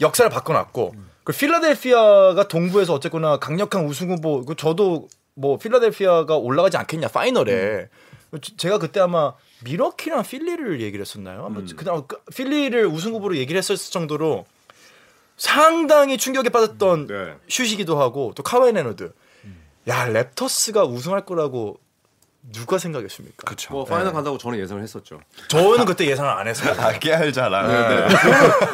S4: 역사를 바꿔놨고 그 필라델피아가 동부에서 어쨌거나 강력한 우승 후보 그 저도 뭐 필라델피아가 올라가지 않겠냐 파이널에 제- 제가 그때 아마 미러키랑 필리를 얘기를 했었나요? 아마 그다음 그- 필리를 우승 후보로 얘기를 했었을 정도로 상당히 충격에 빠졌던
S5: 네.
S3: 음,
S4: 슛이기도 하고 또 카와이 레너드 야 랩터스가 우승할 거라고 누가 생각했습니까?
S3: 그렇죠.
S6: 네.
S5: 뭐 파이널 간다고 저는 예상을 했었죠.
S4: 저는 그때 예상을 안 했어요.
S3: 아, 깨알 자랑. 네.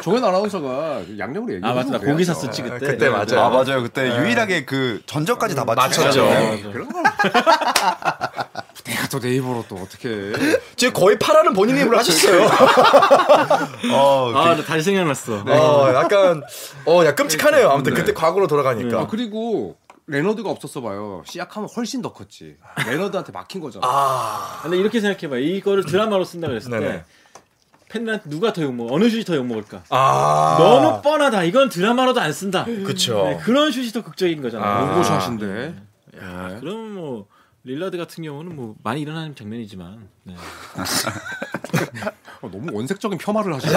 S5: 조현 아나운서가 양념으로 얘기해.
S6: 아 맞다 고기 샀었지
S5: 네.
S6: 그때.
S4: [LAUGHS] 그때 맞아요. 네.
S3: 아 맞아요. 그때 유일하게 그 전적까지 다
S4: 맞췄죠.
S6: 어,
S3: 맞췄죠.
S5: 그런 걸. 내가 아, 또 네이버로 또 어떻게?
S4: 지금 거의 파라는 본인 입으로 하셨어요. [LAUGHS]
S3: 어,
S6: 아, 나 다시 생각났어.
S4: 어, 약간 어, 야 끔찍하네요. 네. 아무튼 그때 과거로 돌아가니까.
S5: 아 그리고 레너드가 없었어 봐요. 시약하면 훨씬 더 컸지. 레너드한테 막힌 거잖아.
S4: 아,
S6: 근데 이렇게 생각해봐. 이거를 드라마로 쓴다 그랬을
S4: 네네.
S6: 때 팬들한테 누가 더 욕먹? 어느 슛이 더 욕먹을까?
S4: 아,
S6: 너무 뻔하다. 이건 드라마로도 안 쓴다.
S4: 그쵸.
S6: 네, 그런 슛이 더 극적인 거잖아. 요
S5: 로고샷인데.
S6: 그럼 뭐 릴라드 같은 경우는 뭐 많이 일어나는 장면이지만 네.
S4: 아, 네.
S5: 어, 너무 원색적인 폄하를 하시네.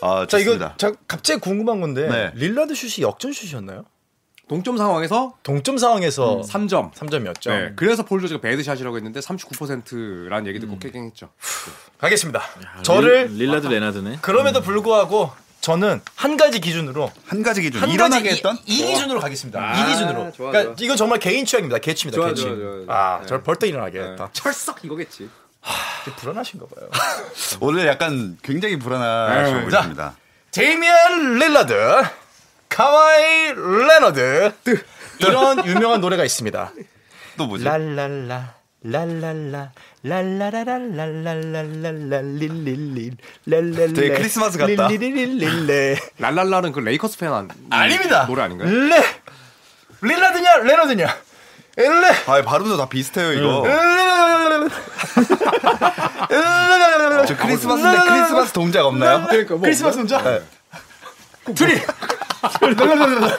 S3: 아,
S4: 자 이거
S3: 좋습니다.
S4: 자, 갑자기 궁금한 건데
S3: 네.
S4: 릴라드 슛이 역전 슛이었나요?
S5: 동점 상황에서
S4: 동점 상황에서
S5: 3점.
S4: 3점이었죠.
S5: 네. 그래서 폴 조지가 배드샷이라고 했는데 39%라는 얘기
S4: 음.
S5: 듣고 캐갱했죠.
S4: 가겠습니다. 저를 아,
S6: 릴- 릴라드 레나드네.
S3: 음.
S4: 그럼에도 불구하고 저는 한 가지 기준으로
S3: 한 가지 기준.
S4: 한
S3: 일어나게
S4: 가지
S3: 했던
S4: 이, 이 기준으로 가겠습니다.
S5: 아,
S4: 이 기준으로.
S5: 좋아,
S4: 그러니까
S5: 좋아.
S4: 이건 정말 개인 취향입니다. 개취입니다.
S5: 좋아,
S4: 개취.
S5: 좋아, 좋아, 좋아.
S4: 아,
S5: 네.
S4: 저를 벌떡 일어나게 했다.
S5: 철썩 이거겠지.
S4: 되게 불안하신가 봐요.
S3: 오늘 약간 굉장히 불안하셔
S4: 네,
S5: 에이,
S3: 보입니다.
S4: 제이미안 릴라드, 카와이 레너드 이런 유명한 노래가 있습니다.
S3: 또 뭐지?
S4: 랄랄라 랄랄라 랄라라랄랄랄랄랄라 릴릴릴 랄랄라
S3: 되게 크리스마스 같다.
S4: 릴릴릴릴레
S5: 랄랄라는 그 레이커스 팬 안,
S4: 아닙니다.
S5: 노래 아닌가요?
S4: 레 릴라드냐 레너드냐 레
S3: 아, 발음도 다 비슷해요, 이거.
S4: 네. 네,
S3: 저 크리스마스인데 크리스마스 동작 없나요?
S5: 그러니까 뭐
S4: 크리스마스 혼자 둘이 랄랄랄랄라.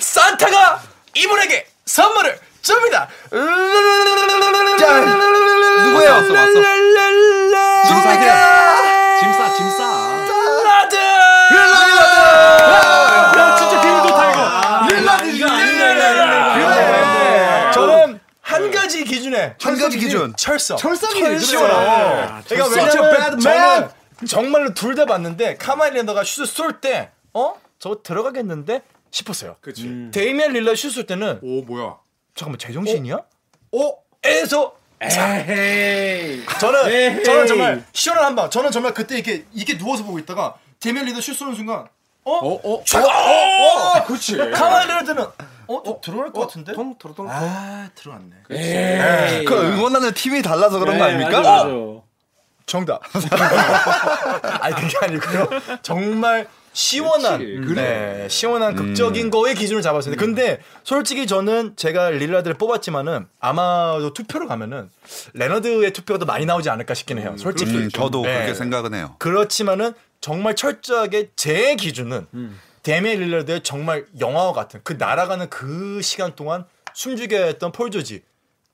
S4: 산타가 이분에게 선물을 줍니다.
S3: 누구예요?
S5: 왔어, 왔어. 짐
S4: 네.
S5: 싸세요. 짐 싸, 짐 싸.
S4: 릴라드!
S6: 야 진짜 기분 좋다 이거. 릴라드 이거 아니다.
S4: 네. 저는 한 가지 기준에
S3: 한 가지 기준.
S4: 철석.
S5: 철썩이네,
S4: 철썩. 제가 왜냐면 저는 정말로 둘 다 봤는데 카마일 랜더가 슛을 쏠 때 어? 저거 들어가겠는데 싶었어요. 음.
S5: 그치.
S4: 데이미안 릴라 슛 쏠 때는
S5: 오, 뭐야.
S4: 잠깐만 제정신이야?
S5: 오!
S4: 에서
S5: 에헤이.
S4: 저는
S6: 에헤이.
S4: 저는 정말 시원한 한 방. 저는 정말 그때 이렇게 이게 누워서 보고 있다가 데미안 리더 슛 쏘는 순간
S5: 어, 어, 어,
S4: 촤- 어, 어,
S5: 그치.
S4: 가만히 들어드는 어? 좀 들어갈 것 같은데?
S5: 통, 도로, 통.
S4: 아 들어왔네.
S3: 그 응원하는 팀이 달라서 그런 거 아닙니까?
S6: 네, 맞아, 맞아.
S4: 정답. [LAUGHS] 아니 그게 아니고요. 정말 시원한,
S5: 그치,
S4: 음,
S5: 그래.
S4: 네, 시원한
S3: 음.
S4: 극적인 거의 기준을 잡았습니다. 근데 솔직히 저는 제가 릴라드를 뽑았지만은 아마도 투표로 가면은 레너드의 투표가 더 많이 나오지 않을까 싶긴 해요. 솔직히.
S3: 음, 저도
S4: 네.
S3: 그렇게 생각은 해요.
S4: 그렇지만은 정말 철저하게 제 기준은
S3: 음.
S4: 데미안 릴라드의 정말 영화와 같은 그 날아가는 그 시간 동안 숨죽여야 했던 폴 조지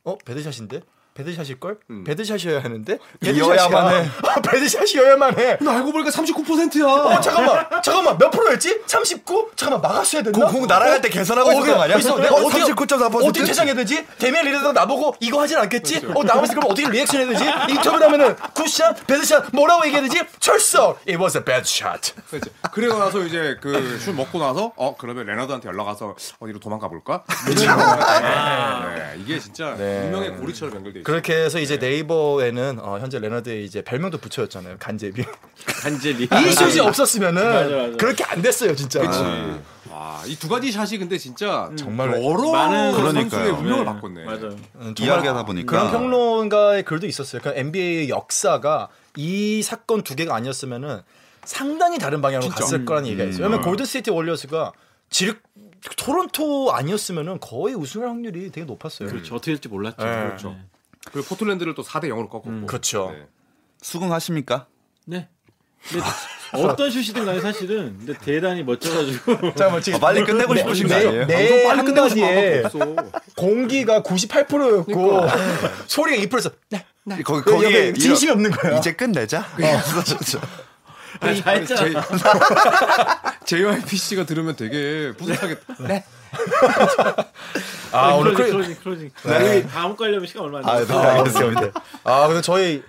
S4: 어 배드샷인데 배드샷일 걸 배드샷이어야 하는데
S3: 음.
S4: 아,
S3: 이어야만
S4: [LAUGHS]
S3: 해.
S4: 배드샷이어야만 해
S5: 나 알고 보니까 39%야.
S4: 어, 잠깐만 잠깐만 몇 프로였지 39 잠깐만 막았어야 됐나
S3: 공- 공 날아갈 때 계산하고 있었던 거 아니야?
S4: 있어. 내가
S3: 어,
S4: 어떻게
S3: 39.4%?
S4: 어떻게 계산해야 되지 데미안 릴라드가 나보고 이거 하진 않겠지 어 나머지 그럼 어떻게 리액션 해야 되지 인터뷰 하면은 굿샷 배드샷 뭐라고 얘기해야 되지 철석 it was a bad shot
S5: 그치. 그리고 나서 이제 그 술 먹고 나서 어 그러면 레너드한테 연락 와서 어디로 도망가 볼까? 네, 아. 네, 이게 진짜 운명의 고리처럼 연결돼 있어.
S4: 그렇게 해서 이제 네이버에는 어, 현재 레너드의 이제 별명도 붙여졌잖아요. 간제비.
S6: 간제리.
S3: 아,
S4: 이 슛이 없었으면은
S6: 맞아, 맞아.
S4: 그렇게 안 됐어요, 진짜.
S5: 그치. 아, 이 두 가지 샷이 근데 진짜
S4: 정말
S5: 여러
S6: 많은
S5: 선수의
S3: 그러니까요.
S5: 운명을 바꿨네.
S6: 맞아.
S4: 음, 정말
S3: 뭐, 이야기하다 보니까
S4: 그런 평론가의 글도 있었어요. 그러니까 NBA의 역사가 이 사건 두 개가 아니었으면은 상당히 다른 방향으로 갔을 거라는 얘기가 있어요. 왜냐면 골드 스테이트 월리어스가 질 토론토 아니었으면은 거의 우승할 확률이 되게 높았어요.
S6: 그렇죠. 어떻게 될지 몰랐죠.
S4: 네.
S6: 그렇죠.
S5: 그리고 음. 포틀랜드를 또 4대 0으로 꺾었고.
S4: 그렇죠.
S5: 네.
S3: 수긍하십니까?
S6: 네. 근데 어떤 슛이든 간에 사실은 근데 대단히 멋져가지고
S4: 잠깐만 지금 네.
S3: 아, 빨리 끝내고 싶으신 거
S5: 빨리
S3: 아니에요?
S4: 내한
S5: 끝내고 싶어.
S4: 가지에
S5: 없어.
S4: 공기가 98%였고 [LAUGHS] 소리가 2%였어.
S3: 거기
S4: 거기에 어.
S3: 거기에
S4: 그 진심이 없는 거야.
S3: 이제 끝내자.
S4: [LAUGHS]
S6: 아니, 다 했잖아.
S5: JYPC가 들으면 되게 뿌듯하겠다. 네.
S4: 아
S6: [LAUGHS]
S4: 오늘
S6: 클로징
S4: 크리,
S6: 클로징 클로징.
S4: 네.
S6: 다음 거 하려면 시간 얼마 안
S3: 아,
S6: 남았어.
S3: 네, 알겠습니다.
S4: 아 근데 저희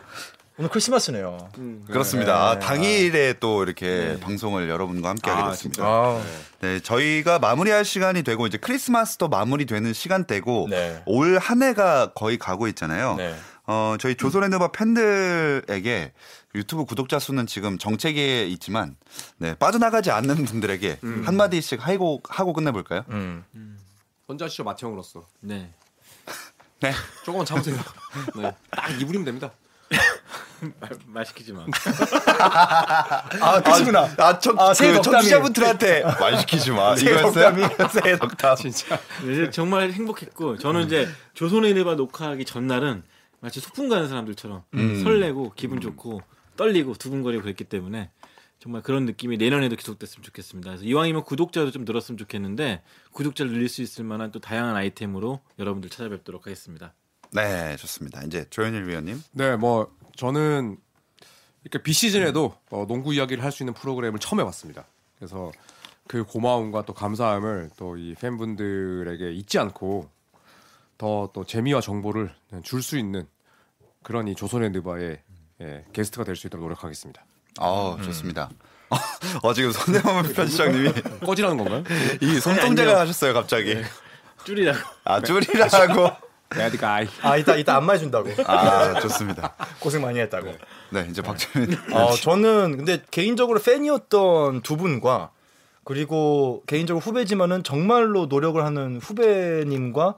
S4: 오늘 크리스마스네요. 네.
S3: 그렇습니다. 아, 당일에 또 이렇게 방송을 여러분과 함께 하게 됐습니다.
S4: 아
S3: 네, 저희가 마무리할 시간이 되고 이제 크리스마스도 마무리되는 시간대고
S4: 네.
S3: 올 한 해가 거의 가고 있잖아요.
S4: 네.
S3: 어, 저희 조선의 누바 팬들에게 유튜브 구독자 수는 지금 정체기에 있지만 네, 빠져나가지 않는 분들에게 한마디씩 하고, 하고 끝내볼까요?
S4: 음.
S5: 먼저 하시죠 마태형으로서.
S6: 네.
S3: 네.
S5: 조금만 참으세요. 네. 딱 이불이면 됩니다.
S6: 말, 말 시키지 마.
S4: 아 끝이구나.
S3: 아, 청,
S4: 아, 새해
S3: 그
S4: 덕담이. [LAUGHS]
S3: 청취자분들한테 말 시키지 마. 이거였어요?
S4: 아,
S3: 아,
S4: 새해 덕담.
S5: 진짜.
S6: 이제 정말 행복했고 저는 이제 조선의 일바 녹화하기 전날은 마치 소풍 가는 사람들처럼
S4: 음.
S6: 설레고 기분 좋고 떨리고 두근거리고 그랬기 때문에 정말 그런 느낌이 내년에도 계속됐으면 좋겠습니다. 그래서 이왕이면 구독자도 좀 늘었으면 좋겠는데 구독자를 늘릴 수 있을 만한 또 다양한 아이템으로 여러분들 찾아뵙도록 하겠습니다.
S3: 네, 좋습니다. 이제 조현일 위원님.
S5: 네, 뭐 저는 이렇게 비시즌에도 어, 농구 이야기를 할 수 있는 프로그램을 처음 해봤습니다. 그래서 그 고마움과 또 감사함을 또 이 팬분들에게 잊지 않고 더 또 재미와 정보를 줄 수 있는 그런 이 조선의 느바의 예, 게스트가 될 수 있도록 노력하겠습니다.
S3: 어, 좋습니다. [LAUGHS] 어, 지금 [LAUGHS] 손대범 편집장님이
S5: 꺼지라는 [LAUGHS] 건가요?
S3: 이 손동작을 하셨어요, 네. 갑자기.
S6: 줄이라고.
S3: 아, 줄이라고.
S5: 배드 가이.
S4: 아 이따 이따 안마 해준다고
S3: 아, 좋습니다.
S4: 고생 많이 했다고.
S3: 네, 이제 박재민.
S4: 어, 저는 근데 개인적으로 팬이었던 두 분과 그리고 개인적으로 후배지만은 정말로 노력을 하는 후배님과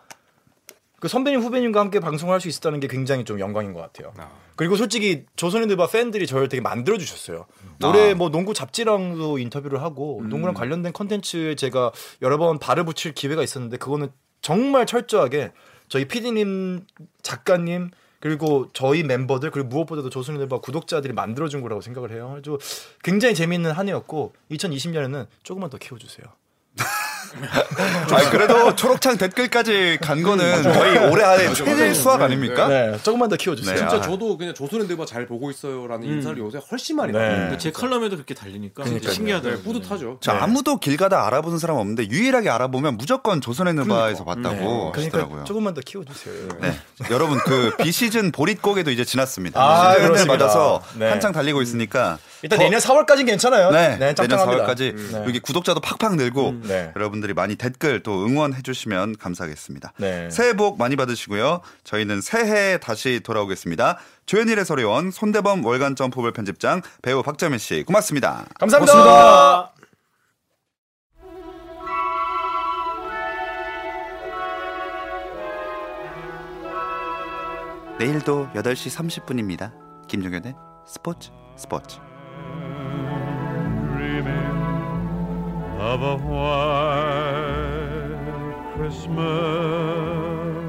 S4: 그 선배님 후배님과 함께 방송을 할 수 있었다는 게 굉장히 좀 영광인 것 같아요. 그리고 솔직히 조선인들과 팬들이 저를 되게 만들어 주셨어요.
S3: 아.
S4: 올해 뭐 농구 잡지랑도 인터뷰를 하고
S3: 음.
S4: 농구랑 관련된 컨텐츠에 제가 여러 번 발을 붙일 기회가 있었는데 그거는 정말 철저하게 저희 PD님, 작가님 그리고 저희 멤버들 그리고 무엇보다도 조선인들과 구독자들이 만들어준 거라고 생각을 해요. 그래서 굉장히 재미있는 한 해였고 2020년에는 조금만 더 키워주세요.
S3: [LAUGHS] 아, 그래도 초록창 댓글까지 간 거는 거의 올해 안에 최대 수학 아닙니까?
S4: 네, 조금만 더 키워주세요.
S3: 네.
S5: 진짜
S3: 아.
S5: 저도 그냥 조선의 느바 잘 보고 있어요라는 인사를 요새 훨씬 많이
S4: 네.
S5: 나요.
S6: 음. 제 컬럼에도 그렇게 달리니까
S4: 그러니까요.
S6: 신기하다.
S5: 그러니까. 네, 뿌듯하죠.
S3: 자, 아무도 길 가다 알아보는 사람 없는데 유일하게 알아보면 무조건 조선의 누바에서 봤다고 하시더라고요.
S4: 그러니까 조금만 더 키워주세요.
S3: [LAUGHS] 네. 여러분 그 비시즌 보릿고개도 이제 지났습니다.
S4: 아,
S3: 시즌 끝을
S4: 그렇습니다.
S3: 맞아서
S4: 네.
S3: 한창 달리고 있으니까
S4: 일단
S3: 더-
S4: 내년 4월까지는 괜찮아요.
S3: 네, 내년
S4: 짭짤합니다.
S3: 4월까지
S4: 음, 네.
S3: 여기 구독자도 팍팍 늘고
S4: 네.
S3: 여러분들이 많이 댓글 또 응원해 주시면 감사하겠습니다.
S4: 네.
S3: 새해 복 많이 받으시고요. 저희는 새해에 다시 돌아오겠습니다. 조현일의 서리원 손대범 월간 점프볼 편집장 배우 박재민 씨 고맙습니다.
S4: 감사합니다.
S3: 내일도 8시 30분입니다. 김종현의 스포츠 스포츠.
S7: of a white Christmas,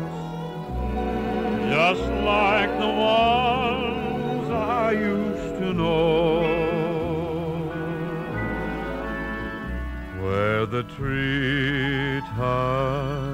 S7: just like the ones I used to know, where the treetops